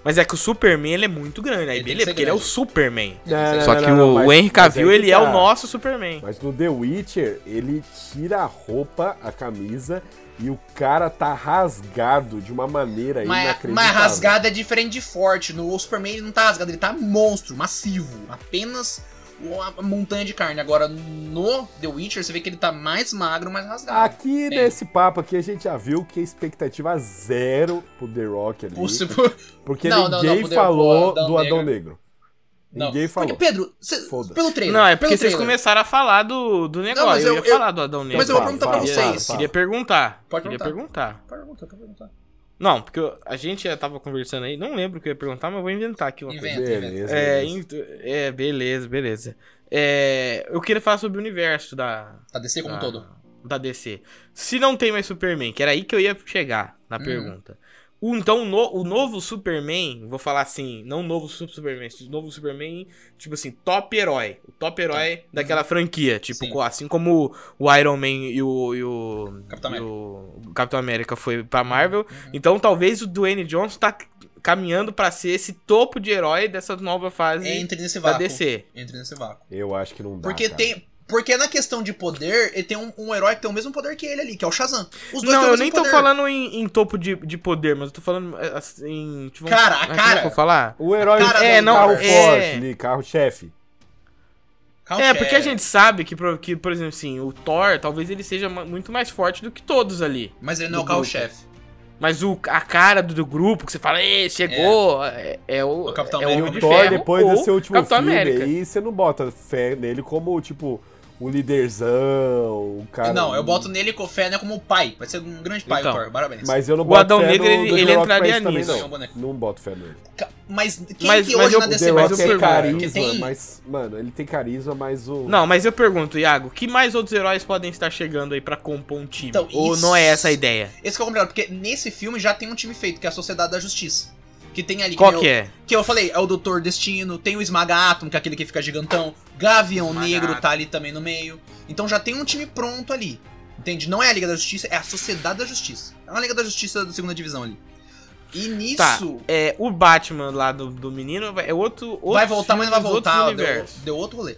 Mas é que o Superman ele é muito grande, aí
Ele tem que
beleza,
ser
porque ele é o
grande.
Superman.
é
Não,
Só
não,
que
não, não,
o,
mas-
o Henry
mas aí
Cavill
que
ele é
tá.
o nosso Superman.
Mas no The Witcher, ele tira a roupa, a camisa, e o cara tá rasgado de uma maneira
Mas,
É
é
inacreditável.
mas rasgado é diferente de forte. No Superman ele não tá rasgado, ele tá monstro, massivo. Apenas uma montanha de carne. Agora, no The Witcher, você vê que ele tá mais magro, mais rasgado.
Aqui
Sim.
nesse papo aqui, a gente já viu que a expectativa é zero pro The Rock ali.
O Super-
Porque
Não, não,
ninguém
não, pro The-
falou
pro Adão
do Adão
Negro.
Negro.
*laughs* Não.
Ninguém falou.
Porque, Pedro, cê-
Foda-se.
pelo trailer.
Não, é
pelo
porque vocês
trailer.
começaram a falar do, do negócio.
mas
eu,
eu-
ia
eu-
falar do Adão Negro.
Mas eu vou
Fala,
perguntar pra
fala,
queria,
vocês.
fala.
Queria perguntar.
Pode
queria
perguntar.
perguntar.
Pode perguntar, pode perguntar.
Não, porque eu- a gente já tava conversando aí, não lembro o que eu ia perguntar, mas eu vou inventar aqui uma coisa.
Inventa, inventa.
Beleza.
É,
beleza.
int- é, beleza, beleza. É, eu queria falar sobre o universo da.
Tá DC
Ah,
como um
da-
todo.
Da DC. Se não tem mais Superman, que era aí que eu ia chegar na
Hum.
pergunta. O, então, o, no- o novo Superman, vou falar assim, não o novo su- Superman, o novo Superman, tipo assim, top herói. O top herói daquela franquia. Tipo,
Tá. Uhum. Sim.
co- assim como o Iron Man e o- E o
Capitão
e
América.
o Capitão América foi pra Marvel.
Uhum.
Então talvez o Dwayne Johnson tá caminhando pra ser esse topo de herói dessa nova fase
Entre nesse
da
É, vácuo.
DC.
Entre nesse vácuo.
Eu acho que não dá.
Porque
cara.
tem. Porque na questão de poder, ele tem um, um herói que tem o mesmo poder que ele ali, que é o Shazam. Os dois têm
Não,
o
eu
mesmo
nem tô
poder.
falando em, em topo de, de poder, mas eu tô falando é, assim. Tipo,
Cara, a
como é
cara.
que eu vou falar?
O herói
Cara,
é,
não,
carro
é-
forte ali, carro-chefe.
Calma,
É, porque a gente sabe que, pro- que, por exemplo, assim, o Thor talvez ele seja ma- muito mais forte do que todos ali.
Mas ele não é o
Do
carro-chefe.
Mas o, a cara do, do grupo, que você fala, "Ê, chegou, é, é o,
O Capitão
é o
América.
Homem
O
de
Thor,
Ferro
depois
ou
desse último
Capitão
filme
América.
aí, você não bota fé nele como, tipo, um líderzão, um cara.
É, não, eu boto nele com o Fenner como pai. Vai ser um grande pai,
Então.
o Thor. Parabéns.
Mas eu não
O
boto
Adão
fé
Negro,
no
ele-
The
ele
Rock pra
entraria
isso também,
nisso.
É um boneco.
Não, não boto fé nele.
Ca- Mas quem
Mas-
que
mas
hoje
eu-
na
Mas
O
DC
The
eu
mais
Rock
um
é
pergunto,
que
carisma,
tem...
mas, mano, ele tem carisma, mas o...
Não, mas eu pergunto, Iago, que mais outros heróis podem estar chegando aí pra compor um time?
Então,
Ou
isso-
não é essa a ideia?
Esse que é o complicado, porque nesse filme já tem um time feito, que é a Sociedade da Justiça. Que tem ali...
Qual
nem
que
eu,
é?
Que eu falei, é o Doutor Destino, tem o Esmaga Atom, que é aquele que fica gigantão. Gavião
Esmaga
Negro
Átomo.
tá ali também no meio. Então já tem um time pronto ali. Entende? Não é a Liga da Justiça, é a Sociedade da Justiça. É uma Liga da Justiça da segunda divisão ali. E nisso...
Tá, é, o Batman lá do, do menino vai- é outro.
vai
outros
voltar, mas não vai
filmes, outros
voltar. Deu,
universos.
deu outro rolê.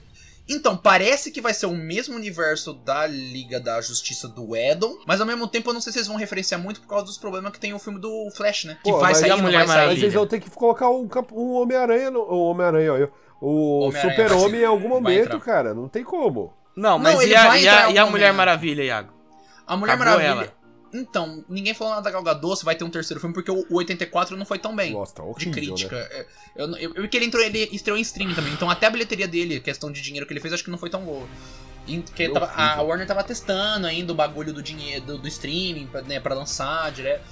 Então, parece que vai ser o mesmo universo da Liga da Justiça do Edom, mas ao mesmo tempo eu não sei se eles vão referenciar muito por causa dos problemas que tem o filme do Flash, né? Que
Pô,
vai
mas é
sair,
e a
não
Mulher
vai sair.
Mas
Maravilha?
eles vão ter que colocar um, cap- um Homem-Aranha, no- o Homem-Aranha, olha, o
Homem-Aranha vai
Super-Homem
ser-
em algum
vai
momento,
entrar.
cara, não tem como.
Não, mas
Não,
e
ele
a,
vai
e a-
entrar em
e a
algum
Mulher
momento.
Maravilha, Iago?
A Mulher
Acabou
Maravilha.
ela.
Então, ninguém falou nada da Gal Gadot, se vai ter um terceiro filme, porque o 84 não foi tão bem.
Nossa, tá
De
horrível,
crítica.
né?
É, Eu, eu, eu vi que ele entrou, ele estreou em stream também, então até a bilheteria dele, questão de dinheiro que ele fez, acho que não foi tão boa. E que
Que
tava- a
horrível.
Warner tava testando ainda o bagulho do dinheiro do, do streaming pra, né, pra lançar direto.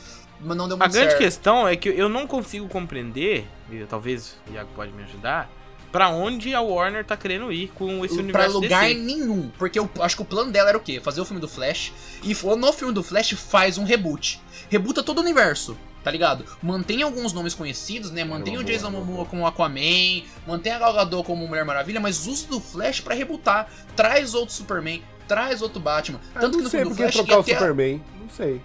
Mas não deu
A
muito
grande
certo.
questão é que eu não consigo compreender, e talvez o Iago pode me ajudar, pra onde a Warner tá querendo ir com esse
pra
universo
lugar
DC.
nenhum. Porque eu acho que o plano dela era o quê? Fazer o filme do Flash. E fo- no filme do Flash faz um reboot. Rebuta todo o universo, tá ligado? Mantém alguns nomes conhecidos, né? Mantém
uma
o
boa,
Jason
uma
Momoa
boa.
como Aquaman, mantém a Gal Gadot como Mulher Maravilha, mas usa do Flash pra rebutar. Traz outro Superman, traz outro Batman.
Ah,
Tanto que
não
no
sei
filme do
porque
Flash
trocar o
até-
Superman, não sei.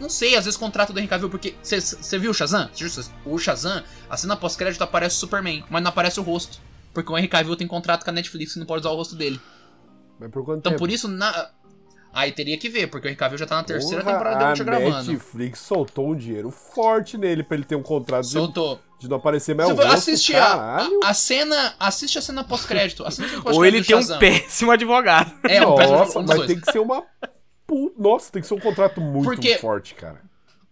não sei, às vezes contrato do Henry Cavill, porque você viu o Shazam? Cê viu O Shazam, a cena pós-crédito aparece o Superman, mas não aparece o rosto. Porque o Henry Cavill tem contrato com a Netflix e não pode usar o rosto dele.
Mas por quanto
Então
tempo?
por isso, na... aí teria que ver, porque o Henrique Cavill já tá na terceira
Porra,
temporada da
a
Witcher gravando.
Netflix soltou um dinheiro forte nele pra ele ter um contrato de,
Soltou.
de não aparecer mais
Você
o
vai
rosto,
assistir a,
É caralho.
a, a cena. Assiste a cena pós-crédito. Assiste a cena
*laughs*
Ou
pós-crédito
ele
do
tem um *laughs*
Shazam.
péssimo advogado.
É, um péssimo
Nossa,
um dos
mas
dois.
tem que ser uma... pu- Nossa, tem que ser um contrato muito
Porque-
forte, cara.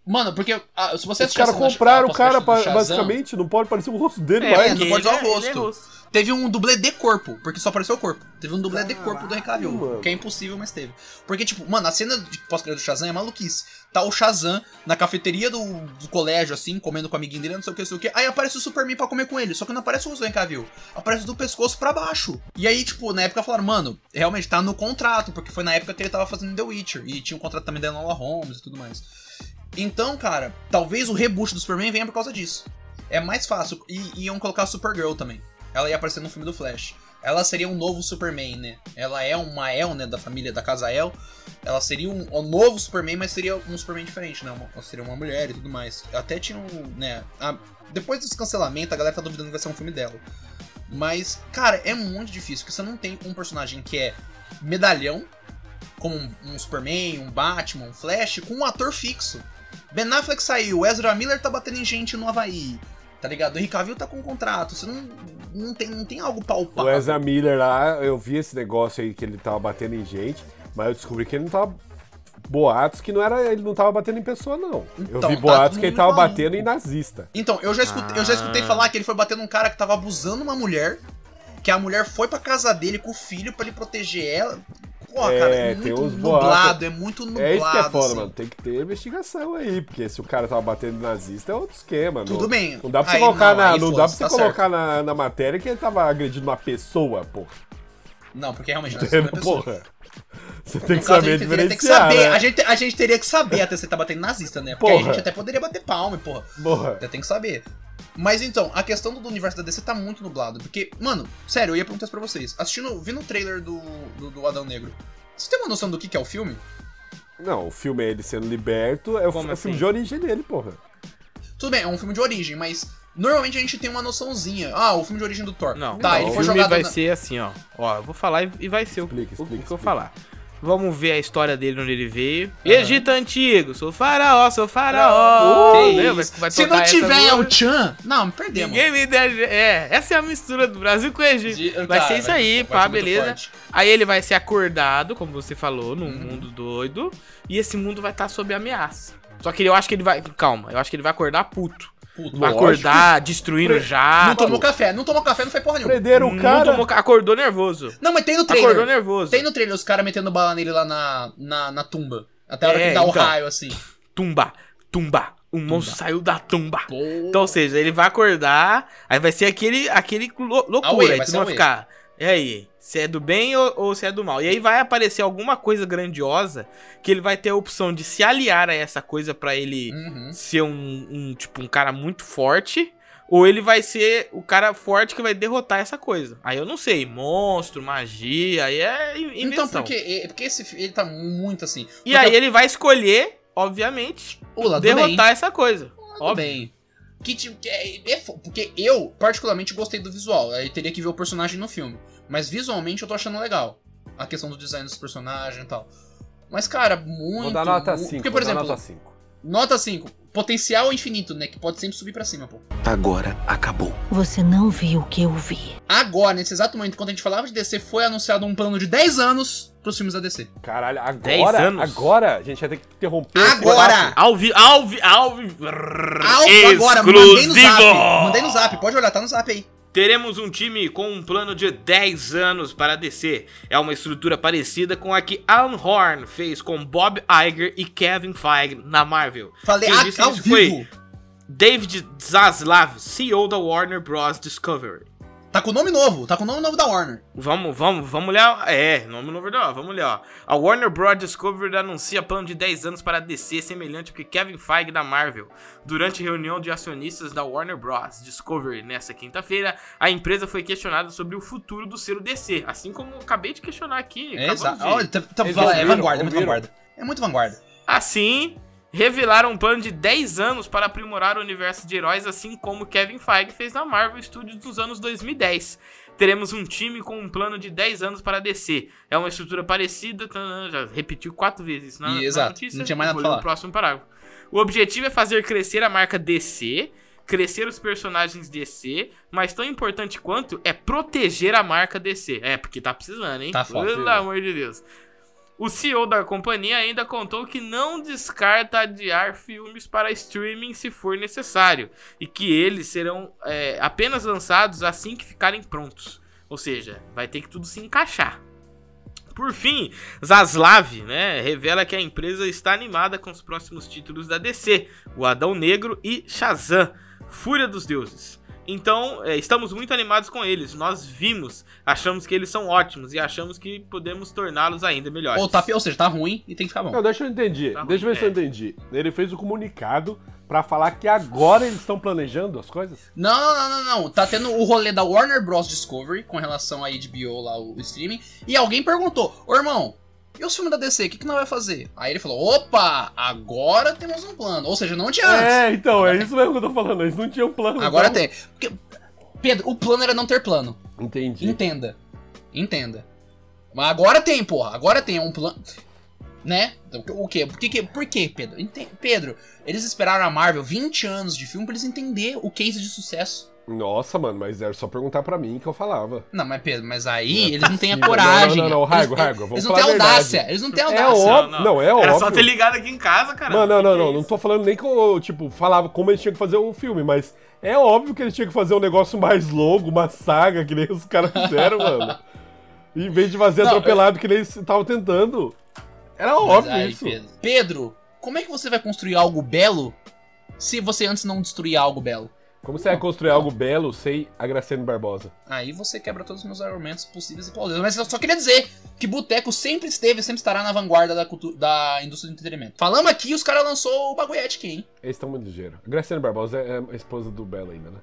Mano, porque ah, se você
Os
assistir a
caras
cena
compraram o cara,
pós-crédito do
pra-
Shazam,
basicamente, não pode parecer o rosto dele
É,
mais.
não
porque
pode usar o
ele é- ele é
rosto. Teve um dublê de corpo, porque só apareceu o corpo. Teve um dublê de corpo do Henry Cavill,
Caralho, mano.
que é impossível, mas teve. Porque, tipo, mano, a cena de pós-crédito do Shazam é maluquice. Tá o Shazam na cafeteria do, do colégio, assim, comendo com o amiguinho dele, não sei o que, não sei o que. Aí aparece o Superman pra comer com ele, só que não aparece o rosto do Henry Cavill. Aparece do pescoço pra baixo. E aí, tipo, na época falaram, mano, realmente tá no contrato, porque foi na época que ele tava fazendo The Witcher. E tinha um contrato também da Enola Holmes e tudo mais. Então, cara, talvez o reboot do Superman venha por causa disso. É mais fácil. E iam colocar a Supergirl também. Ela ia aparecer no filme do Flash. Ela seria um novo Superman, né? Ela é uma El, né? Da família da casa El. Ela seria um, um novo Superman, mas seria um Superman diferente, né? Uma- ela seria uma mulher e tudo mais. Até tinha um, né? a- depois dos cancelamentos, a galera tá duvidando que vai ser um filme dela. Mas, cara, é muito difícil, porque você não tem um personagem que é medalhão, como um, um Superman, um Batman, um Flash, com um ator fixo. Ben Affleck saiu, Ezra Miller tá batendo em gente no Havaí, tá ligado? O Henry Cavill tá com um contrato, você não, não, tem, não tem algo
O
palpável.
Ezra Miller lá, eu vi esse negócio aí que ele tava batendo em gente, mas eu descobri que ele não tava. Boatos que não era. Ele não tava batendo em pessoa, não.
Então,
eu vi
tá
boatos que ele
tudo
tava
maluco.
batendo em nazista.
Então, eu já, escutei, eu já escutei
Ah.
falar que ele foi bater num cara que tava abusando uma mulher, que a mulher foi pra casa dele com o filho pra ele proteger ela. Pô,
É,
cara, é
tem
muito
uns
nublado,
boatos.
é muito nublado.
é isso que é foda,
assim.
mano. Tem que ter investigação aí, porque se o cara tava batendo em nazista é outro esquema,
Tudo
não,
bem.
Não dá pra você
Aí,
colocar,
não,
na,
aí
não dá pra
foda-se,
você
tá
colocar na, na matéria que ele tava agredindo uma pessoa, pô.
Não, porque
*laughs*
realmente não é a pessoa.
Porra. Você tem
No
que
caso, a
saber
gente teria- tem que
diferenciar.
saber, a,
né?
gente, a gente teria que saber até se tá batendo nazista, né? Porque a
Porra.
gente até poderia bater palma, e, porra.
né? Porra.
Até tem que saber. Mas então, a questão do universo da DC tá muito nublado. Porque, mano, sério, eu ia perguntar isso pra vocês. Assistindo, vi no trailer do, do, do Adão Negro. Vocês têm uma noção do que, que é o filme?
Não, o filme é ele sendo liberto, é o,
Como
é o filme
assim?
de origem dele, porra.
Tudo bem, é um filme de origem, mas normalmente a gente tem uma noçãozinha. Ah, o filme de origem do Thor.
Não,
tá,
não,
ele
o
foi
filme
jogado.
vai
na-
ser assim, ó. Ó, eu vou falar e- e vai ser o,
Explica,
o-
explica,
o que eu
explica.
falar. Vamos ver a história dele, onde ele veio.
Aham.
Egito Antigo, sou faraó, sou faraó. Uh,
Que
Lembra
isso?
que vai
Se
tocar
não
essa
tiver é um
música?
o Chan, não, perdemos.
Ninguém me der... É, essa é a mistura do Brasil com o Egito.
De-
vai
cara,
ser isso aí,
vai
pá,
ser muito
beleza.
forte.
Aí ele vai ser acordado, como você falou, num
Uhum.
mundo doido. tá E esse mundo vai estar sob ameaça. Só que eu acho que ele vai... Calma, eu acho que ele vai acordar puto.
Puto.
Lógico.
Acordar, destruindo já.
não tomou café. Não tomou café, não foi porra nenhuma.
Prenderam o cara.
Não tomou ca- acordou nervoso.
Não, mas tem no trailer.
Acordou nervoso.
Tem no trailer os caras metendo bala nele lá na, na, na tumba. Até a hora
É,
que dá o
então.
raio, assim.
Tumba, tumba. O monstro saiu da tumba. Então,
Então,
ou seja, ele vai acordar, aí vai ser aquele, aquele lou- loucura.
Auê,
aí
vai
tu
ser
vai
auê.
ficar. E aí? Se é do bem ou, ou se é do mal? E aí vai aparecer alguma coisa grandiosa que ele vai ter a opção de se aliar a essa coisa pra ele
uhum.
ser um, um, tipo um cara muito forte. Ou ele vai ser o cara forte que vai derrotar essa coisa. Aí eu não sei. Monstro, magia, aí é in- invenção.
Então, porque, é- porque esse fi- ele tá muito assim.
E aí ele vai escolher, obviamente,
o lado bem,
derrotar essa coisa.
o lado
Óbvio.
bem. Que, tipo, que é, é fo- porque eu, particularmente, gostei do visual. Aí teria que ver o personagem no filme. Mas visualmente eu tô achando legal. A questão do design dos personagens e tal. Mas, cara, muito.
Vou dar nota
mu-
5.
Porque, por exemplo,
nota 5.
nota 5. Potencial infinito, né? Que pode sempre subir pra cima, pô.
Agora acabou.
Você não viu o que eu vi.
Agora, nesse exato momento, quando a gente falava de DC, foi anunciado um plano de 10 anos pros filmes da DC.
Caralho,
Dez
agora,
anos.
agora a gente vai ter que interromper. esse
Agora!
Ao vivo, ao vivo, ao vivo.
Alvo agora, mandei no zap. Mandei no zap, pode olhar, tá no zap aí.
Teremos um time com um plano de 10 anos para descer. É uma estrutura parecida com a que Alan Horn fez com Bob Iger e Kevin Feige na Marvel.
Falei
Quem
a-
disse
ao
isso
vivo.
foi- David Zaslav, CEO da Warner Bros. Discovery.
Tá com o nome novo, tá com o nome novo da Warner.
Vamos, vamos, vamos ler. ó. É, nome novo não, vamos ler, ó. A Warner Bros. Discovery anuncia plano de 10 anos para DC, semelhante ao que Kevin Feige da Marvel. Durante reunião de acionistas da Warner Bros. Discovery nesta quinta-feira, a empresa foi questionada sobre o futuro do selo DC, assim como eu acabei de questionar aqui.
É,
acabamos
exato.
de-
Olha, tá- tá-
Eles
fala- é
ouviram,
vanguarda, é muito
ouviram.
vanguarda. É muito vanguarda.
Assim, revelaram um plano de 10 anos para aprimorar o universo de heróis, assim como Kevin Feige fez na Marvel Studios nos anos 2010. Teremos um time com um plano de 10 anos para descer. É uma estrutura parecida. tanã, Já repetiu quatro vezes isso na,
E,
na
exato,
notícia.
não tinha mais nada
vou
pra
ler o
falar.
próximo parágrafo. O objetivo é fazer crescer a marca DC, crescer os personagens DC, mas tão importante quanto é proteger a marca DC. É, porque tá precisando, hein?
Tá foda.
Pelo amor de Deus. O CEO da companhia ainda contou que não descarta adiar filmes para streaming se for necessário e que eles serão é, apenas lançados assim que ficarem prontos. Ou seja, vai ter que tudo se encaixar. Por fim, Zaslav né, revela que a empresa está animada com os próximos títulos da DC, o Adão Negro e Shazam, Fúria dos Deuses. Então, é, estamos muito animados com eles. Nós vimos, achamos que eles são ótimos e achamos que podemos torná-los ainda melhores.
Ou, tá, ou seja, tá ruim e tem que ficar bom.
Não, deixa eu entender.
Tá ruim,
deixa eu ver se eu
é.
entendi. Ele fez o comunicado pra falar que agora eles estão planejando as coisas?
Não, não, não, não, não. Tá tendo o rolê da Warner Bros. Discovery com relação a HBO lá, o streaming. E alguém perguntou, ô irmão, e os filmes da DC, o que, que nós vai fazer? Aí ele falou, opa, agora temos um plano. Ou seja, não tinha antes.
É, então, é isso mesmo que eu tô falando. Eles não tinham plano.
Agora
então.
tem. Porque- Pedro, o plano era não ter plano.
Entendi.
Entenda. Entenda. Mas agora tem, porra. Agora tem é um plano. Né? Então, O quê? Por que, que- por quê, Pedro? Ente- Pedro, eles esperaram a Marvel 20 anos de filme pra eles entender o case de sucesso.
Nossa, mano, mas era só perguntar pra mim que eu falava.
Não, mas Pedro, mas aí
*laughs*
eles não têm a
possível.
coragem.
Não, não, não, Raigo,
Eles-
Raigo, vamos
Eles não
falar
têm
a verdade.
audácia. Eles não têm
É
audácia.
óbvio. Não, é
Era
óbvio.
só ter ligado aqui em casa, cara.
Mano, não,
Que
não,
que é
não. Não
isso?
tô falando nem que eu, tipo, falava como eles tinham que fazer um filme, mas é óbvio que eles tinham que fazer um negócio mais longo, uma saga, que nem os
*laughs*
caras fizeram, mano. Em vez de fazer
Não, é-
atropelado, que nem eles estavam tentando. Era
Mas
óbvio
aí,
isso.
Pedro. Pedro, como é que você vai construir algo belo se você antes não destruir algo belo?
Como você vai construir algo belo sem a Graciane Barbosa?
Aí você quebra todos os meus argumentos possíveis e plausíveis. Mas eu só queria dizer que Boteco sempre esteve, e sempre estará na vanguarda da, cultu- da indústria do entretenimento. Falamos aqui, os caras lançou o bagulhete aqui, hein?
Eles estão muito ligeiros. A Graciane Barbosa é a esposa do Belo ainda, né?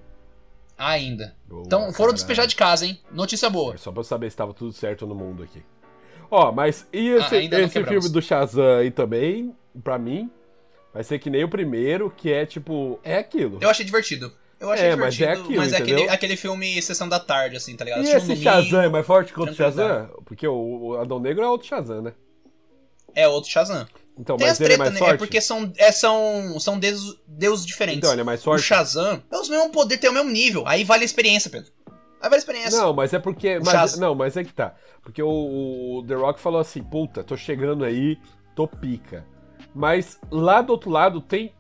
Ainda.
Boa,
Então foram
caralho.
despejados de casa, hein? Notícia boa.
É Só pra eu saber se tava tudo certo no mundo aqui. Ó, mas e esse,
Ah, ainda não
esse
quebramos.
filme do Shazam aí também, pra mim, vai ser que nem o primeiro, que é tipo, é aquilo.
Eu achei divertido. Eu achei
É, mas
divertido,
é aquilo,
mas é
entendeu?
aquele, aquele filme Sessão da Tarde, assim, tá ligado?
E
Assistir
esse
no domingo.
Shazam é mais forte que outro
tranquilidade.
Shazam? Porque o, o Adão Negro é outro Shazam, né?
É outro Shazam.
Então,
Tem as
mas ele é
tretas,
mais
né?
forte?
É porque são, é, são, são deuses, deuses diferentes.
Então, ele é mais
o
forte?
Shazam é os mesmos poderes, tem o mesmo nível. Aí vale a experiência, Pedro. Aí vale a experiência.
Não, mas é porque...
assim. O
Mas,
Shazam.
não, mas é que tá. Porque o, o The Rock falou assim, puta, tô chegando aí, tô pica. Mas lá do outro lado tem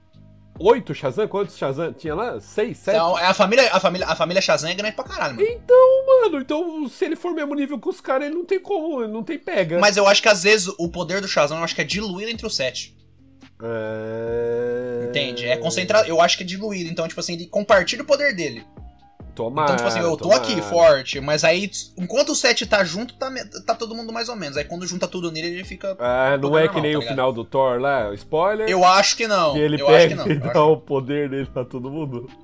oito Shazam? Quantos Shazam tinha lá? Seis, sete?
Então, é a família, a família, a família Shazam é grande pra caralho, mano.
Então, mano, então se ele for mesmo nível com os caras, ele não tem como, ele não tem pega.
Mas eu acho que às vezes o poder do Shazam eu acho que é diluído entre os sete.
É...
Entende? É concentrado. Eu acho que é diluído. Então, tipo assim, ele compartilha o poder dele.
Tomara,
Então, tipo assim, eu tô
Ah, tomara.
aqui forte, mas aí, enquanto o set tá junto, tá, me- tá todo mundo mais ou menos. Aí quando junta tudo nele, ele fica.
Ah, não
Tudo
é
normal,
que nem
tá
o
ligado?
final do Thor lá, spoiler.
Eu acho que não.
que ele
eu acho que
pega então.
não.
e
Eu
dá
acho...
o poder dele pra todo mundo. *laughs*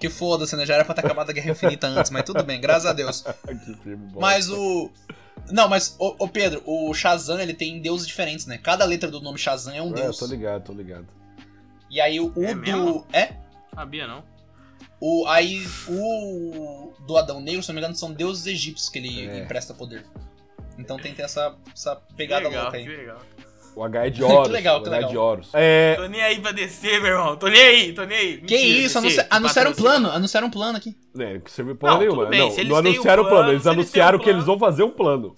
Que foda-se, né? Já era pra ter acabado a Guerra Infinita antes, mas tudo bem, graças a
*laughs*
Deus.
que filme bom.
Mas o. Não, mas, ô, ô, Pedro, o Shazam, ele tem deuses diferentes, né? Cada letra do nome Shazam é um
É,
deus.
tô ligado, tô ligado.
E aí o, o
É
do.
mesmo?
É?
Sabia, não.
O, aí o do Adão Negro, se não me engano, são deuses egípcios que ele
É.
empresta poder. Então tem, tem essa, essa pegada
que legal,
louca aí.
que legal.
O H
*laughs*
é de
Que
Horus.
legal,
o
que
H é
legal.
de Horus. É,
Tô nem aí pra descer, meu irmão. Tô nem aí, tô nem aí.
Que
Mentira,
isso,
DC,
anunci- anunciaram um
patrocina.
plano, anunciaram um plano aqui.
né, que serve porra
Não, tudo
nenhuma.
bem,
não,
se eles
não
têm um
anunciaram o plano,
plano,
eles
se eles
anunciaram
têm um
que eles
plano.
vão fazer um plano.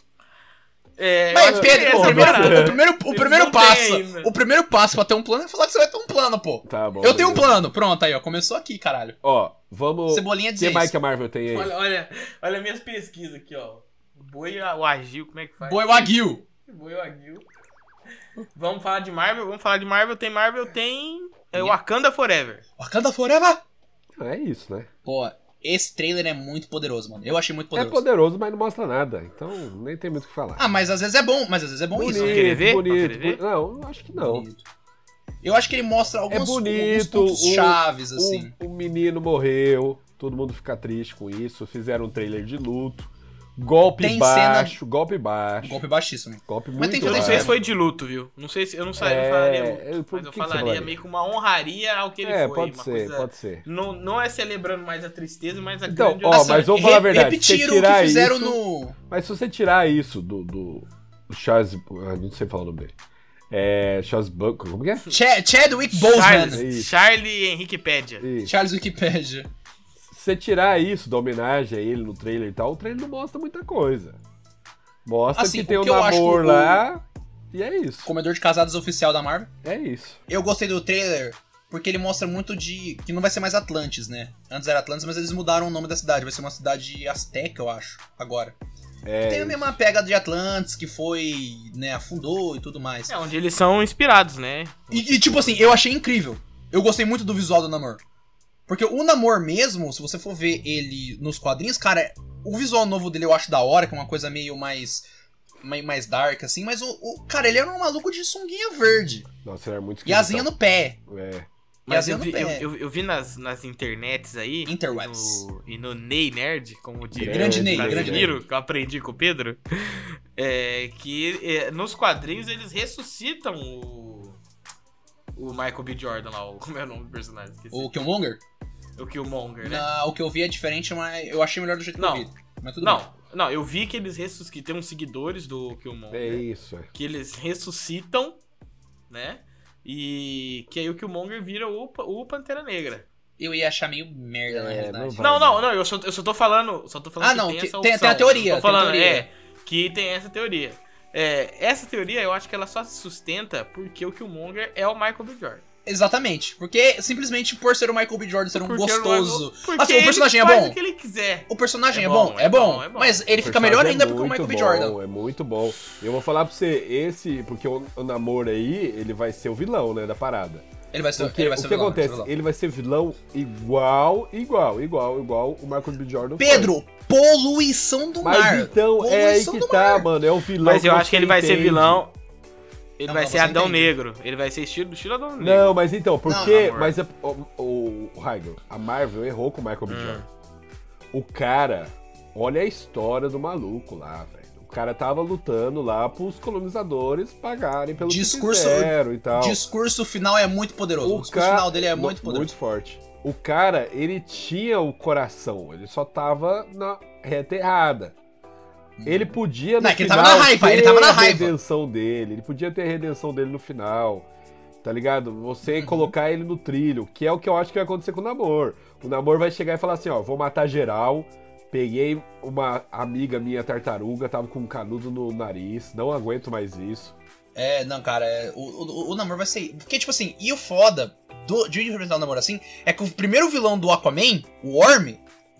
É, eu
Mas,
acho
Pedro,
que
o
essa
primeiro,
parada.
o primeiro, o
Eles
primeiro
não
passo.
têm ainda.
O primeiro passo pra ter um plano é falar que você vai ter um plano, pô.
Tá bom.
Eu tenho um
beleza.
plano. Pronto, aí, ó. Começou aqui, caralho.
Ó, vamos. O
Cebolinha
que
dizer
mais
isso.
que a Marvel tem aí?
Olha, olha, olha minhas pesquisas aqui, ó. O boi, a- o agil, como é que faz?
Boi Wagyu.
Boi, o agil. Vamos falar de Marvel, vamos falar de Marvel. Tem Marvel, tem é,
Minha-
Wakanda Forever.
Wakanda Forever.
É isso, né?
Pô, esse trailer é muito poderoso, mano. Eu achei muito poderoso.
É poderoso, mas não mostra nada. Então nem tem muito o que falar.
Ah, mas às vezes é bom. Mas às vezes é bom isso, né?
querer ver? Não
bonito,
querer ver?
bonito. Não, acho que não. É
Bonito. Eu acho que ele mostra alguns, alguns
bonito,
pontos
o-
chaves,
O-
assim.
O, Um, menino morreu, todo mundo fica triste com isso. Fizeram um trailer de luto. Golpe
Tem
baixo, golpe
Um
baixo. Golpe,
golpe baixíssimo.
muito
tem que
Eu não
fazer
baixo.
sei se foi de luto, viu? Não sei se eu não, sa- eu não
É,
falaria luto,
eu- por
mas eu
que que você
falaria
falaria?
meio que uma honraria ao que ele
É,
foi,
pode
uma
ser,
coisa-
pode ser.
Não, não é celebrando mais a tristeza, mas a
Então,
grande
ó, mas vamos falar a verdade,
Assim, Repetiram
se
o que
tirar
fizeram
isso-
no...
Mas se você tirar isso do, do, do Charles. ah, Não sei falar o nome dele. É. Charles Buckley. Como que é?
Cha- Chadwick Boseman.
Charles,
Isso.
Charlie Henriquepédia.
Isso.
Charles Wikipedia.
Se você tirar isso da homenagem a ele no trailer e tal, o trailer não mostra muita coisa. Mostra
Assim,
que tem
o
um
que eu acho
namoro
o-
lá. E é isso.
Comedor de casados oficial da Marvel.
É isso.
Eu gostei do trailer porque ele mostra muito de. que não vai ser mais Atlantis, né? Antes era Atlantis, mas eles mudaram o nome da cidade. Vai ser uma cidade azteca, eu acho, agora.
É
Tem a
isso.
mesma pegada de Atlantis que foi. né, afundou e tudo mais.
É, onde eles são inspirados, né?
E, e, tipo assim, eu achei incrível. Eu gostei muito do visual do Namor. Porque o Namor mesmo, se você for ver ele nos quadrinhos, cara, o visual novo dele eu acho da hora, que é uma coisa meio mais. meio mais dark, assim, mas o. o- cara, ele era um maluco de sunguinha verde.
Nossa, era muito
Então.
E asinha no pé.
no... É.
Mas
E
eu
as
vi,
eu não
eu,
pego.
eu- eu vi nas, nas internets aí.
Interwebs.
E no, e no Ney Nerd, como diz
Grande
o
Ney, grande
brasileiro, que eu aprendi com o Pedro. é, que é, nos quadrinhos eles ressuscitam o. O Michael B. Jordan lá, o, *laughs* como é o nome do personagem? Esqueci.
O Killmonger?
O Killmonger, né?
Na- o que eu vi é diferente, mas eu achei melhor do jeito
Não.
que eu vi. Mas tudo bem.
Não, não, eu vi que eles ressuscitam. Que tem uns seguidores do
É
Killmonger.
isso. é.
Que eles ressuscitam, né? E que aí o Killmonger vira o, Pa- o Pantera Negra.
Eu ia achar meio merda, na
É,
realidade.
Não,
não
não, não, eu só, eu só tô falando. Só tô falando
Ah, não,
que tem
que
essa
tem-
opção.
tem a teoria,
Eu
tem
Tô falando,
teoria.
é, que tem essa teoria. É, essa teoria eu acho que ela só se sustenta porque o Killmonger é o Michael B. Jordan.
Exatamente. Porque simplesmente por ser o Michael B. Jordan ser um
Porque
gostoso.
o Michael- porque
Assim, o
ele
personagem é
faz
bom?
o que ele quiser.
O personagem
É
é
bom,
bom,
é
é bom,
bom, é bom.
mas ele fica
personagem
melhor
é
ainda porque o Michael
muito
B.
bom,
Jordan.
É muito bom. Eu vou falar pra você, esse, porque o, o namoro aí, ele vai ser o vilão, né, da parada.
é. Ele vai ser,
Porque
ele vai ser
o que
vilão,
acontece?
vai ser vilão.
Ele vai ser vilão igual, igual, igual, igual o Michael B. Jordan. foi.
Pedro, poluição do
Mas
mar.
então é aí
poluição
que
do
tá,
mar.
mano. É o vilão.
Mas eu acho que
você
ele vai ser
entende.
vilão. Ele
Não,
vai
não,
ser
você
Adão
entende.
Negro. Ele vai ser estilo, estilo Adão Negro.
Não, mas então,
Não,
porque.
amor.
mas a- o, o, o Heigl, a Marvel errou com o Michael B. Jordan. O cara, olha a história do maluco lá, velho. O cara tava lutando lá pros colonizadores pagarem pelo
Discurso-
que fizeram e tal.
Discurso final é muito poderoso. O, discurso
ca-
final dele é
mu-
muito poderoso.
Muito forte. O cara, ele tinha o coração, ele só tava na reta errada. Ele podia no
Não, é que ele
final
tava na raiva,
ter
ele tava na
a
raiva.
redenção dele, ele podia ter a redenção dele no final. Tá ligado?
Uhum.
Você colocar ele no trilho, que é o que eu acho que vai acontecer com o Namor. O Namor vai chegar e falar assim, ó, vou matar geral. Peguei uma amiga minha tartaruga, tava com um canudo no nariz, não aguento mais isso.
É, não, cara, é, o, o, o namoro vai ser. Porque, tipo assim, e o foda do, de representar um namoro assim é que o primeiro vilão do Aquaman, o Orm,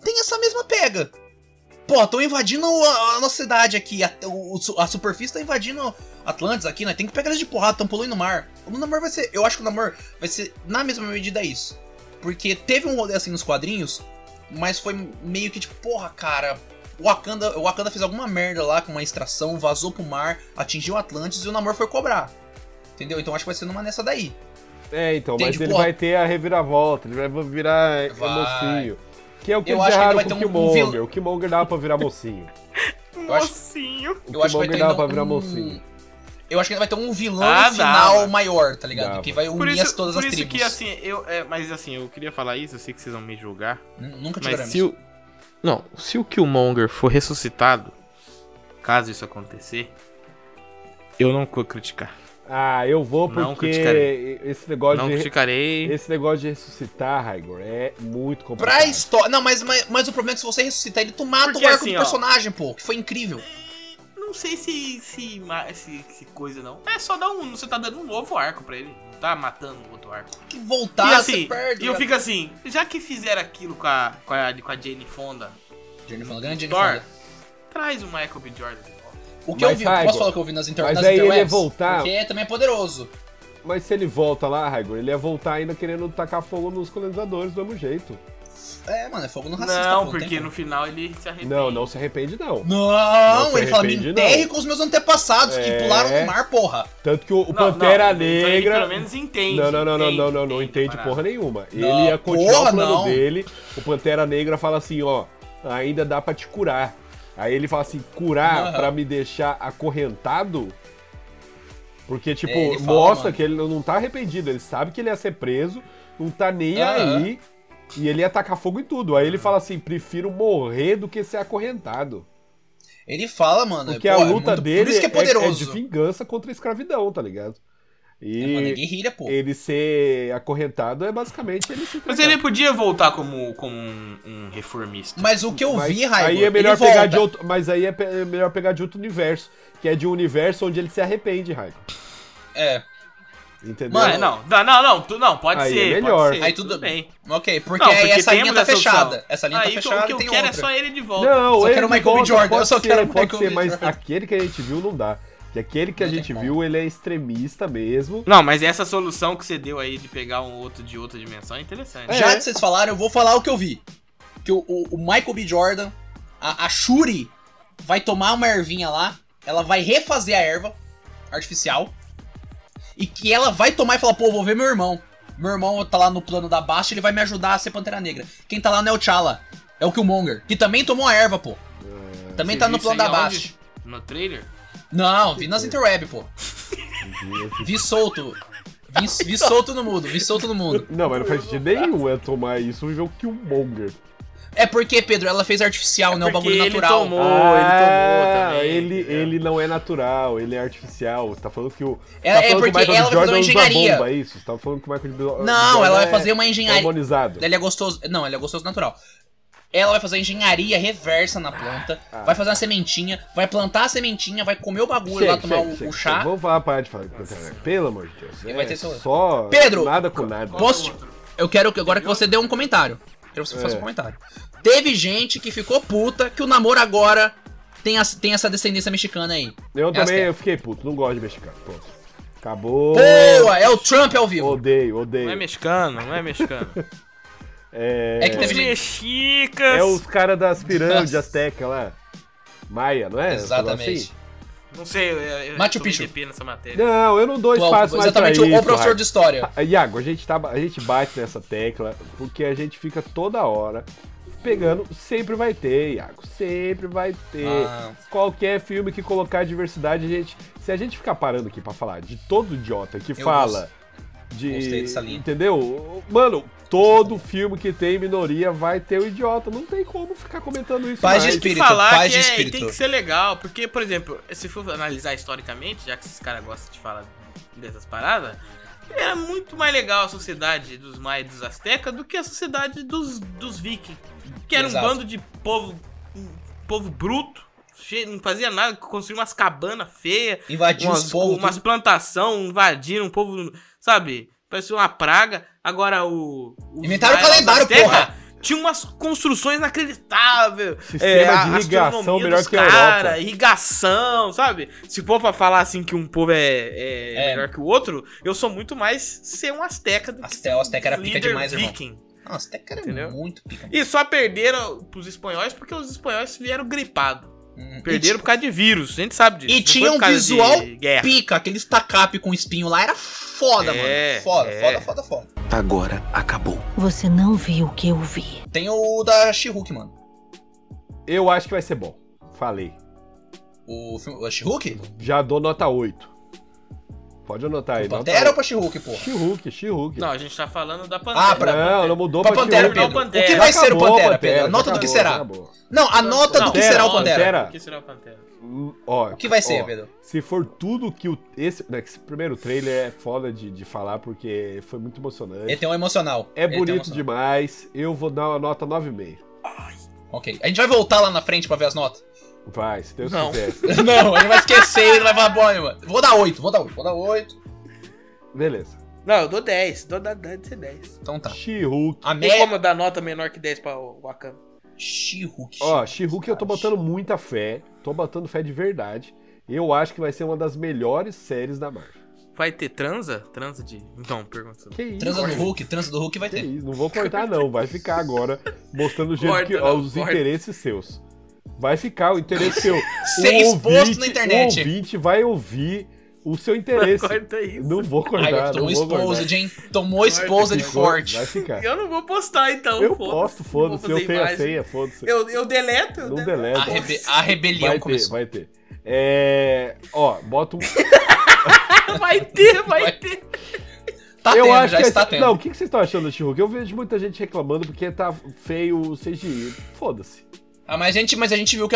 tem essa mesma pega. Pô, estão invadindo a, a nossa cidade aqui. A, o- o su- a superfície tá invadindo Atlantis aqui, né? Tem que pegar eles de porrada, estão poluindo o mar. O namoro vai ser. Eu acho que o namoro vai ser na mesma medida isso. Porque teve um rolê assim nos quadrinhos, mas foi meio que tipo, porra, cara. O Wakanda, o Wakanda fez alguma merda lá com uma extração, vazou pro mar, atingiu Atlantis e o Namor foi cobrar. Entendeu? Então acho que vai ser numa nessa daí.
É, então,
Tem
mas
de
ele
boa.
vai ter a reviravolta, ele vai virar é,
Vai.
mocinho. Que é o que
Eu
eles
acho que ele
erraram
vai
com o
ter um- um vilão.
Killmonger. o Killmonger dava pra virar mocinho.
acho-
Mocinho.
O
Eu acho que vai
Killmonger
ter
dava
ainda
pra virar
um-
mocinho.
Eu acho que ainda vai ter um vilão
Ah, dá,
final
mano.
maior, tá ligado?
Dá,
que vai
Por
unir as-
isso,
todas
por
as
isso
tribos.
que assim, eu. É, mas assim, eu queria falar isso, eu sei que vocês vão me julgar.
N- Nunca
Mas
tivemos.
se o. Não, se o Killmonger for ressuscitado, caso isso acontecer, eu não vou criticar.
Ah, eu vou
Não
porque
criticarei.
esse negócio,
não
de,
criticarei.
esse negócio de ressuscitar, Raigor, é muito complicado.
Pra história. Não, mas, mas, mas o problema é que se você ressuscitar ele, tu mata
Porque
o arco
assim,
do
ó.
personagem, pô. Que foi incrível.
Não sei se, se, ma- se. se coisa não. É só dar um. Você tá dando um novo arco pra ele. Não tá matando o outro arco.
Que
e
Tá,
voltar,
assim,
você perde.
e eu
cara.
fico assim, já que fizeram aquilo com a, com a, com a Jane Fonda,
Jennifer Lawrence, grande Jennifer
Thor,
Lawrence.
traz o Michael B. Jordan de volta.
O que eu
Mas,
vi,
Raigo,
posso falar o que eu vi nas, inter...
mas
nas
aí ele
interwebs?
ia voltar-
Porque também é poderoso.
Mas se ele volta lá, Raigor, ele ia voltar ainda querendo tacar fogo nos colonizadores do mesmo jeito.
É, mano, é fogo no racista.
Não,
pô,
porque
tem
no final ele se arrepende.
um Não, não se arrepende, não.
como.
Não
Não,
se
ele fala, me
arrepende,
enterre
não.
com os meus antepassados que
É.
pularam no mar, porra.
Tanto que o, o
Não,
Pantera
não, então ele
Negra.
pelo menos entende.
Não, não, não, não,
entende,
não, não, não entende
a
porra
parada.
nenhuma.
Não,
ele ia continuar
porra,
o plano
não.
dele. O Pantera Negra fala assim, ó, ainda dá pra te curar. Aí ele fala assim, curar
Aham.
pra me deixar acorrentado? Porque, tipo,
É, ele fala,
mostra
mano.
que ele não tá arrependido, ele sabe que ele ia ser preso, não tá nem
Aham.
aí, e ele ia tacar fogo em tudo. Aí ele fala assim, prefiro morrer do que ser acorrentado.
Ele fala, mano.
Porque
pô,
a
é
luta
muito-
dele
Por isso que é
é, de
poderoso.
vingança contra a escravidão, tá ligado? E...
Mano, é guerrilha, pô.
ele ser acorrentado é basicamente ele se
Mas
entregar.
ele podia voltar como, como um, um reformista.
Mas o que eu
Mas
vi, Raigo,
aí é melhor
ele
pegar
volta.
de outro, mas aí é, pe- é melhor pegar de outro universo, que é de um universo onde ele se arrepende, Raico.
É,
Entendeu?
Mano,
É, não, não, não, não, tu- não, pode
Aí é
ser.
melhor.
Pode ser,
Aí
tudo
tudo
bem.
ok. Porque,
Não,
aí
porque
essa linha
temos
tá
essa opção.
fechada. Essa linha
Aí
tá
o que-
fechada
o que
e
eu
tem
quero é
outra.
só ele de volta.
Não,
Só
ele
quero o Michael B.
volta,
Jordan,
pode
eu só
ser,
quero o
pode
Michael
ser,
B.
mas
Jordan.
aquele que a gente viu não dá. Que aquele que a
Não tem
gente
como.
viu, ele é extremista mesmo.
Não, mas essa solução que você deu aí de pegar um outro de outra dimensão é interessante.
Já
É.
que vocês falaram, eu vou falar o que eu vi. Que o, o- o Michael B. Jordan, a, a Shuri, vai tomar uma ervinha lá, ela vai refazer a erva artificial, e que ela vai tomar e falar, pô, vou ver meu irmão. Meu irmão tá lá no plano da Baixa, ele vai me ajudar a ser Pantera Negra. Quem tá lá não é o T'Challa, é o Killmonger, que também tomou a erva, pô. Também
Você
tá
viu
no
isso
plano da
aí aonde?
Baixa.
No trailer?
Não, vi nas interweb, pô. Vi solto. Vi, vi solto no mundo, vi solto no mundo.
Não, mas não faz sentido nenhum é tomar isso e ver o Killmonger.
É porque, Pedro, ela fez artificial, né? O
É Porque
bagulho
ele
natural.
tomou. ele tomou também,
Ah, é, Ele,
entendeu?
ele não é natural, ele é artificial. Você tá falando que o.
É-
tá
é
falando que o
porque
Michael
ela vai fazer uma
usa
engenharia.
Bomba, é isso? Você tá falando que o Michael B. Jordan
Não, ela vai
é
fazer uma engenharia.
Hormonizado.
Ele é gostoso. Não, ele é gostoso natural. Ela vai fazer engenharia reversa na planta,
Ah.
vai fazer uma sementinha, vai plantar a sementinha, vai comer o bagulho lá, tomar o, o chá.
Vamos falar para de falar de Pantera Negra. Pelo amor de Deus. É
Ele vai ter seu-
só
Pedro,
nada com nada.
Posso? te- Eu quero que agora que você dê um comentário. Quero que você faça um
É.
comentário. Teve gente que ficou puta que o namoro agora tem, as- tem essa descendência mexicana aí.
Eu
Essa
também
é.
eu fiquei puto, não gosto de mexicano. Pronto. Acabou.
Boa! É o Trump ao vivo.
Odeio,
Não é
odeio.
mexicano, não é mexicano.
É,
*laughs* É que
Os
teve gente.
mexicas.
é os caras das pirâmides
Nossa.
aztecas lá. Maia, não é?
Exatamente.
Não sei, eu, eu
Machu
tomei
Picchu.
DP nessa matéria.
Não, eu não dou
Qual-
espaço mais pra
exatamente
isso.
o, o professor
Raio.
de história.
Ah, Iago, a gente, tá, a gente bate nessa tecla porque a gente fica toda hora pegando. Sempre vai ter, Iago. Sempre vai ter.
Ah.
Qualquer filme que colocar diversidade, a gente. Se a gente ficar parando aqui pra falar de todo idiota que
Eu
fala de.
Gostei dessa linha.
Entendeu? Mano, todo filme que tem minoria vai ter o idiota. Não tem como ficar comentando isso.
Paz de
mais.
Tem que
espírito,
falar
paz
que
de
é,
espírito.
tem que ser legal, porque, por exemplo, se for analisar historicamente, já que esses caras gostam de falar dessas paradas, era muito mais legal a sociedade dos maias e dos astecas do que a sociedade dos, dos vikings, que era
Exato.
um bando de povo, um povo bruto, cheio, não fazia nada, construía umas cabanas feias,
Invadiu os
umas,
povos.
umas plantação, invadiram um povo, sabe? parecia uma praga. Agora o. o
Inventaram o calendário, porra!
Tinha umas construções inacreditáveis.
Sistema
É, a
de irrigação
astronomia
melhor
dos
que a Europa.
cara, irrigação, sabe? Se for pra falar assim que um povo é, é
É.
melhor que o outro, eu sou muito mais ser um asteca do que
Azteca, Azteca era
um
pica
líder
demais, irmão.
viking.
Não, Azteca era
Entendeu?
muito pica.
E só perderam pros espanhóis porque os espanhóis vieram gripados.
Hum,
Perderam por causa de vírus, a gente sabe disso.
E
não
tinha
foi por
um
causa
visual
de
e
guerra.
pica, aquele tacape com espinho lá era foda,
É,
mano. Foda,
é.
foda, foda, foda.
Agora acabou.
Você não viu o que eu vi.
Tem o da She-Hulk, mano.
Eu acho que vai ser bom. Falei.
O filme. A She-Hulk?
Já dou nota 8. Pode anotar aí. nota
Pantera ou
oito.
pra She-Hulk, porra?
She-Hulk, She-Hulk.
Não, a gente tá falando da pandemia.
Ah, pra-
Não, não mudou
Pra Pantera,
She-Hulk.
Pedro.
Não, Pantera.
O que vai
Já
ser o
acabou,
Pantera, Pedro? A
já
nota do que
acabou,
será.
já acabou.
Não, a nota do que
Pantera,
será o Pantera.
Pantera.
O que será o Pantera?
Hum, Ó,
O que vai ser,
ó,
Pedro?
Se for tudo que o. Esse, né, que esse primeiro trailer é foda de, de falar porque foi muito emocionante.
Ele tem um emocional.
É
Ele tem um
bonito
emocional.
demais. Eu vou dar uma nota 9,5.
Ok. A gente vai voltar lá na frente pra ver as notas. *laughs*
Vai, se Deus
Não.
quiser.
Não, ele vai esquecer, ele vai falar, bom, mano. Vou dar 8, vou dar 8, vou dar 8. *laughs*
Beleza.
Não, eu dou 10. Dou da 10 e 10.
Então tá.
She-Hulk.
A
Tem
média.
como eu dar nota menor que 10 pra o Wakanda?
She-Hulk.
Ó, She-Hulk eu tô botando muita fé. Tô botando fé de verdade. Eu acho que vai ser uma das melhores séries da Marvel.
Vai ter transa? Transa de. Não, pergunta.
Que isso?
Transa do
cara?
Hulk, transa do Hulk vai
Que
ter.
isso?
*laughs*
Não vou cortar, não. Vai ficar agora mostrando o jeito
Corta,
que,
não,
os
corta.
interesses seus. Vai ficar o interesse seu.
*laughs* Ser
O
exposto
ouvinte-
na internet.
O ouvinte vai ouvir o seu interesse.
Corta isso.
Não vou
Ai,
cortar,
eu
não
tomou
vou cortar.
exposed, hein? Tomou exposed
Ficou,
forte.
Vai ficar.
Eu não vou postar então.
Eu
foda-se.
posto,
Não vou
foda-se.
fazer
Eu tenho a
imagem.
senha, foda-se.
Eu, eu deleto. né? eu
Não
deleto.
deleta.
A, rebe- a rebelião
Vai ter,
começou.
vai ter. É... Ó, bota um...
Vai
*laughs*
ter, vai
Vai.
ter.
Tá
eu
tendo,
acho
já
que
está
esse-
tendo.
Não, o que, que vocês estão achando do She-Hulk? Eu vejo muita gente reclamando porque tá feio o CGI. Foda-se.
Ah, mas, a gente, mas a gente viu o que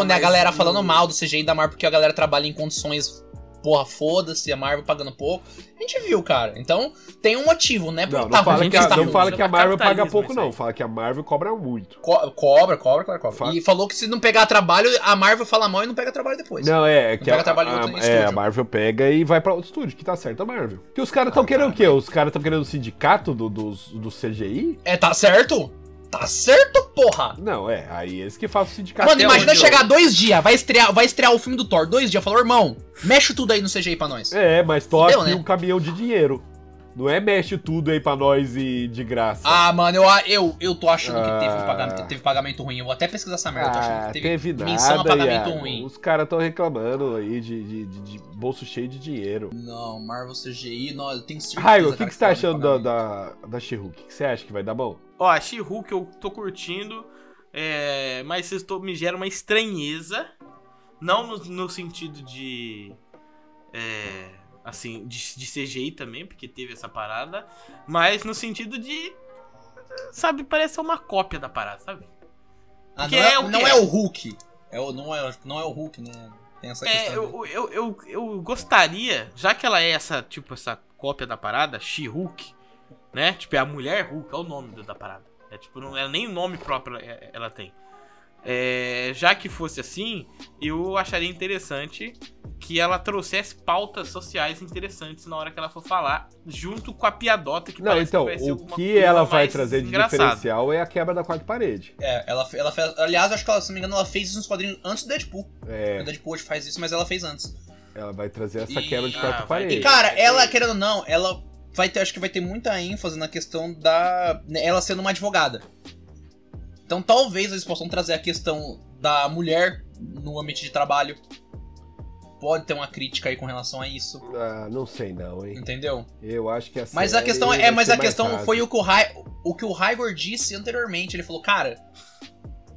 Não, não,
né? A
mas
galera
o-
falando mal do CGI da Marvel, porque a galera trabalha em condições. Porra, foda-se, a Marvel pagando pouco. A gente viu, cara. Então, tem um motivo, né?
Não,
tá
não fala
ruim,
que a,
tá
não
ruim.
fala que a Marvel paga
Capitalismo
pouco,
isso aí.
não. Fala que a Marvel cobra muito.
Co- cobra, cobra, cobra, cobra.
Fa-
E falou que se não pegar trabalho, a Marvel fala mal e não pega trabalho depois.
Não, é, é que
pega
a,
trabalho em
a-
outro
é,
estúdio.
a Marvel pega e vai pra outro estúdio, que tá certo a Marvel. Que os caras tão
Ah,
querendo
é.
o quê? Os caras tão querendo o sindicato do, dos, do CGI?
É, tá certo? Tá certo, porra!
Não, é, aí eles que fazem o sindicato.
Mano, imagina
onde eu-
chegar dois dias, vai estrear, vai estrear o filme do Thor, dois dias, falou, irmão, mexe tudo aí no CGI pra nós.
É, mas toque
Entendeu, né?
um caminhão de dinheiro. Não é mexe tudo aí pra nós e de graça.
Ah, mano, eu, eu, eu tô achando que teve, um
Ah.
pagamento, teve pagamento ruim. Eu vou até pesquisar essa merda. eu tô achando
Ah,
que
teve,
teve,
nada,
menção a pagamento
Iago.
ruim.
Os caras estão reclamando aí de, de- de- de bolso cheio de dinheiro.
Não, Marvel CGI, não, eu tenho certeza.
Raio, o que,
cara,
que você tá
teve
achando da,
pagamento.
da, da She-Hulk? O que você acha que vai dar bom?
Ó, a She-Hulk eu tô curtindo, é, mas vocês tô- me gera uma estranheza. Não no, no sentido de. é, assim, de, de CGI também, porque teve essa parada. Mas no sentido de. Sabe, parece uma cópia da parada, sabe?
Ah,
que
não, é,
é o
não
quê?
é o Hulk. É o, não, é, não é o Hulk, não. Tem
tá
essa questão.
É, eu,
né?
eu, eu, eu gostaria, já que ela é essa, tipo, essa cópia da parada, She-Hulk, né? Tipo, é a mulher Hulk, é o nome da- da parada. É tipo, não é nem o nome próprio ela- ela tem. É, já que fosse assim, eu acharia interessante que ela trouxesse pautas sociais interessantes na hora que ela for falar, junto com a piadota que
Não,
parece
então,
que vai ser
o
alguma
que
coisa
ela vai
mais
trazer de
engraçada.
diferencial é a quebra da quarta parede.
É, ela, ela fez. Aliás, eu acho que ela, se não me engano, ela fez isso nos quadrinhos antes do Deadpool.
É,
O Deadpool hoje faz isso, mas ela fez antes.
ela vai trazer essa
E-
quebra de
ah,
quarta
vai
parede.
E
Sim.
cara,
Sim.
ela, querendo ou não, ela vai ter, acho que vai ter muita ênfase na questão da. né, ela sendo uma advogada. Então talvez eles possam trazer a questão da mulher no ambiente de trabalho. Pode ter uma crítica aí com relação a isso.
Ah, não sei não, hein?
Entendeu?
Eu acho que a
Mas a
série
questão é,
vai
mas
ser
a
mais
questão
rasa.
foi o que o, Ra o que o Raigor disse anteriormente. Ele falou, cara,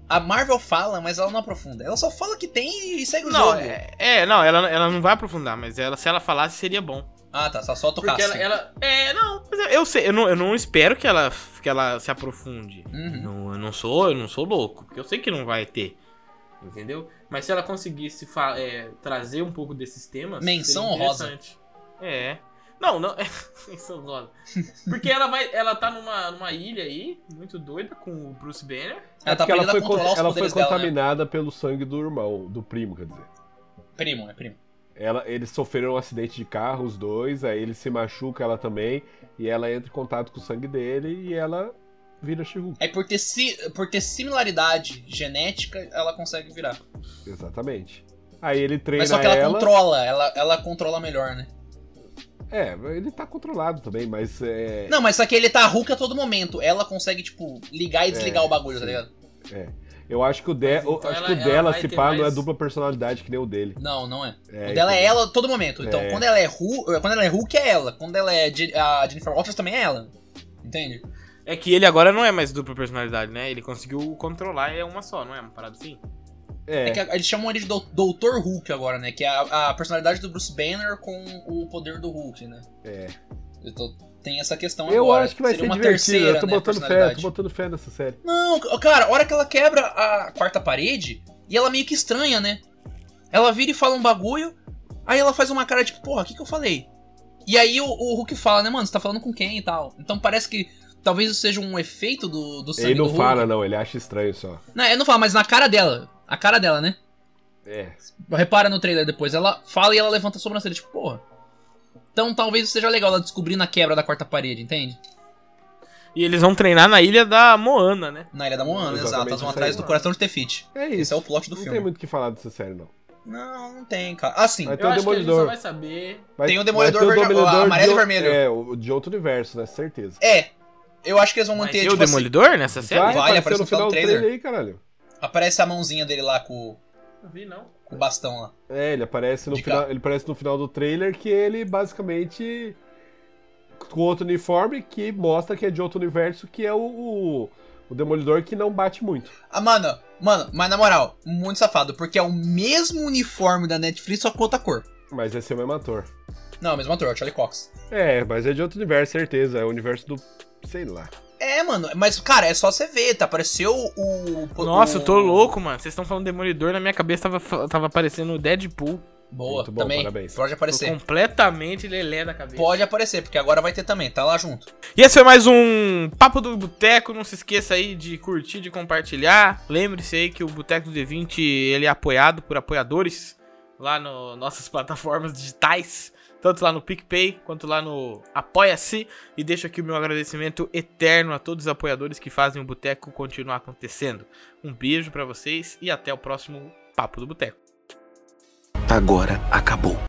a Marvel fala, mas ela não aprofunda. Ela só fala que tem e segue o
Não,
jogo.
é, é, não, ela, ela não vai aprofundar, mas ela, se ela falasse, seria bom.
Ah, tá, só solta o
Porque ela,
casco.
ela- É, não. mas eu- eu sei, eu não, eu não espero que ela, que ela se aprofunde.
é-
Uhum.
Não, eu não sou, eu não sou louco, porque eu sei que não vai ter. Entendeu? Mas se ela conseguisse fa- é, trazer um pouco desses temas.
Menção
seria
honrosa.
interessante. É. Não, *laughs* não. Menção honrosa. Porque ela vai. Ela tá numa, numa ilha aí, muito doida, com o Bruce Banner.
É
Ela tá
porque ela
aprendendo
foi,
a
con-
controlar os né?
ela foi
poderes dela, né?
contaminada pelo sangue do irmão, do primo, quer dizer.
Primo, é primo.
Ela, eles sofreram um acidente de carro, os dois, aí ele se machuca, ela também, e ela entra em contato com o sangue dele e ela vira Shihu.
Aí É por ter, si, por ter similaridade genética, ela consegue virar.
Exatamente. Aí ele treina
Mas só que ela,
ela
controla, ela, ela controla melhor, né?
É, ele tá controlado também, mas é,
Não, mas só que ele tá Hulk a todo momento. Ela consegue, tipo, ligar e desligar
É,
o bagulho, tá
sim.
ligado?
eu acho que o, de,
Mas então
eu acho
ela-
que o
ela
dela,
vai
se
ter
pá, não é
mais-
dupla personalidade que nem o dele.
Não, não é.
É,
o dela é
entendeu?
ela a todo momento. Então,
É.
quando, ela é Hulk, quando ela é Hulk, é ela. Quando ela é Je- a Jennifer Walters, também é ela. Entende?
É que ele agora não é mais dupla personalidade, né? Ele conseguiu controlar é uma só, não é? Uma parada assim?
É,
É,
que a- eles chamam ele de dou- Doutor Hulk agora, né? Que é a, a personalidade do Bruce Banner com o poder do Hulk, né?
é.
Então, tem essa questão
Eu
agora.
acho que vai
Seria
ser
uma
divertido,
terceira,
eu tô
né,
botando fé, eu
personalidade.
tô botando fé nessa série.
Não, c- cara, a hora que ela quebra a quarta parede, e ela meio que estranha, né? Ela vira e fala um bagulho, aí ela faz uma cara tipo, porra, o que, que eu falei? E aí o, o Hulk fala, né, mano, você tá falando com quem e tal. Então parece que talvez isso seja um efeito do, do sangue
Ele não
do Hulk.
fala, não, ele acha estranho só.
Não, ele não fala, mas na cara dela. A cara dela, né?
É.
Repara no trailer depois. Ela fala e ela levanta a sobrancelha, tipo, porra. Então talvez isso seja legal ela descobrir na quebra da quarta parede, entende?
E eles vão treinar na ilha da Moana, né?
Na Ilha da Moana, exato.
Exatamente
Elas vão
isso aí.
atrás do coração de Tefit.
É isso.
Esse é o plot do
não
filme.
tem muito o que falar dessa série, não.
Não, não tem, cara. Assim,
Vai ter
um
o Demolidor.
saber.
Vai-
Tem o Demolidor
vai ter o
vermelho-
Demolidor
o amarelo
de
e
o-
vermelho.
É, o de outro universo, né? Certeza.
É. Eu acho que eles vão
Vai
manter,
ter o
tipo assim,
Demolidor nessa série?
Vai, apareceu
apareceu
no
no final do trailer. aí, caralho.
assim, aparece a mãozinha dele lá com,
Não vi, não.
com o bastão lá.
É, ele aparece no
De
final,
cá.
ele aparece no final do trailer que ele basicamente com outro uniforme que mostra que é de outro universo, que é o, o, o Demolidor que não bate muito.
Ah, mano, mano, mas na moral, muito safado, porque é o mesmo uniforme da Netflix, só com outra cor.
Mas esse é o mesmo ator.
Não, é o mesmo ator, é o Charlie Cox.
É, mas é de outro universo, certeza. É o universo do. sei lá.
É, mano, mas, cara, é só você ver, tá? Apareceu o. o-
Nossa, eu tô
o-
louco, mano. Vocês estão falando Demolidor, na minha cabeça tava, fa- tava aparecendo o Deadpool.
Boa,
Muito bom,
também.
parabéns.
Pode
Tô
aparecer.
completamente lelé da cabeça.
Pode aparecer, porque agora vai ter também, tá lá junto.
E esse foi mais um Papo do Boteco. Não se esqueça aí de curtir, de compartilhar. Lembre-se aí que o Boteco do D20 ele é apoiado por apoiadores lá nas nossas *laughs* plataformas digitais. Tanto lá no PicPay quanto lá no Apoia-se. E deixo aqui o meu agradecimento eterno a todos os apoiadores que fazem o Boteco continuar acontecendo. Um beijo pra vocês e até o próximo Papo do Boteco.
Agora acabou.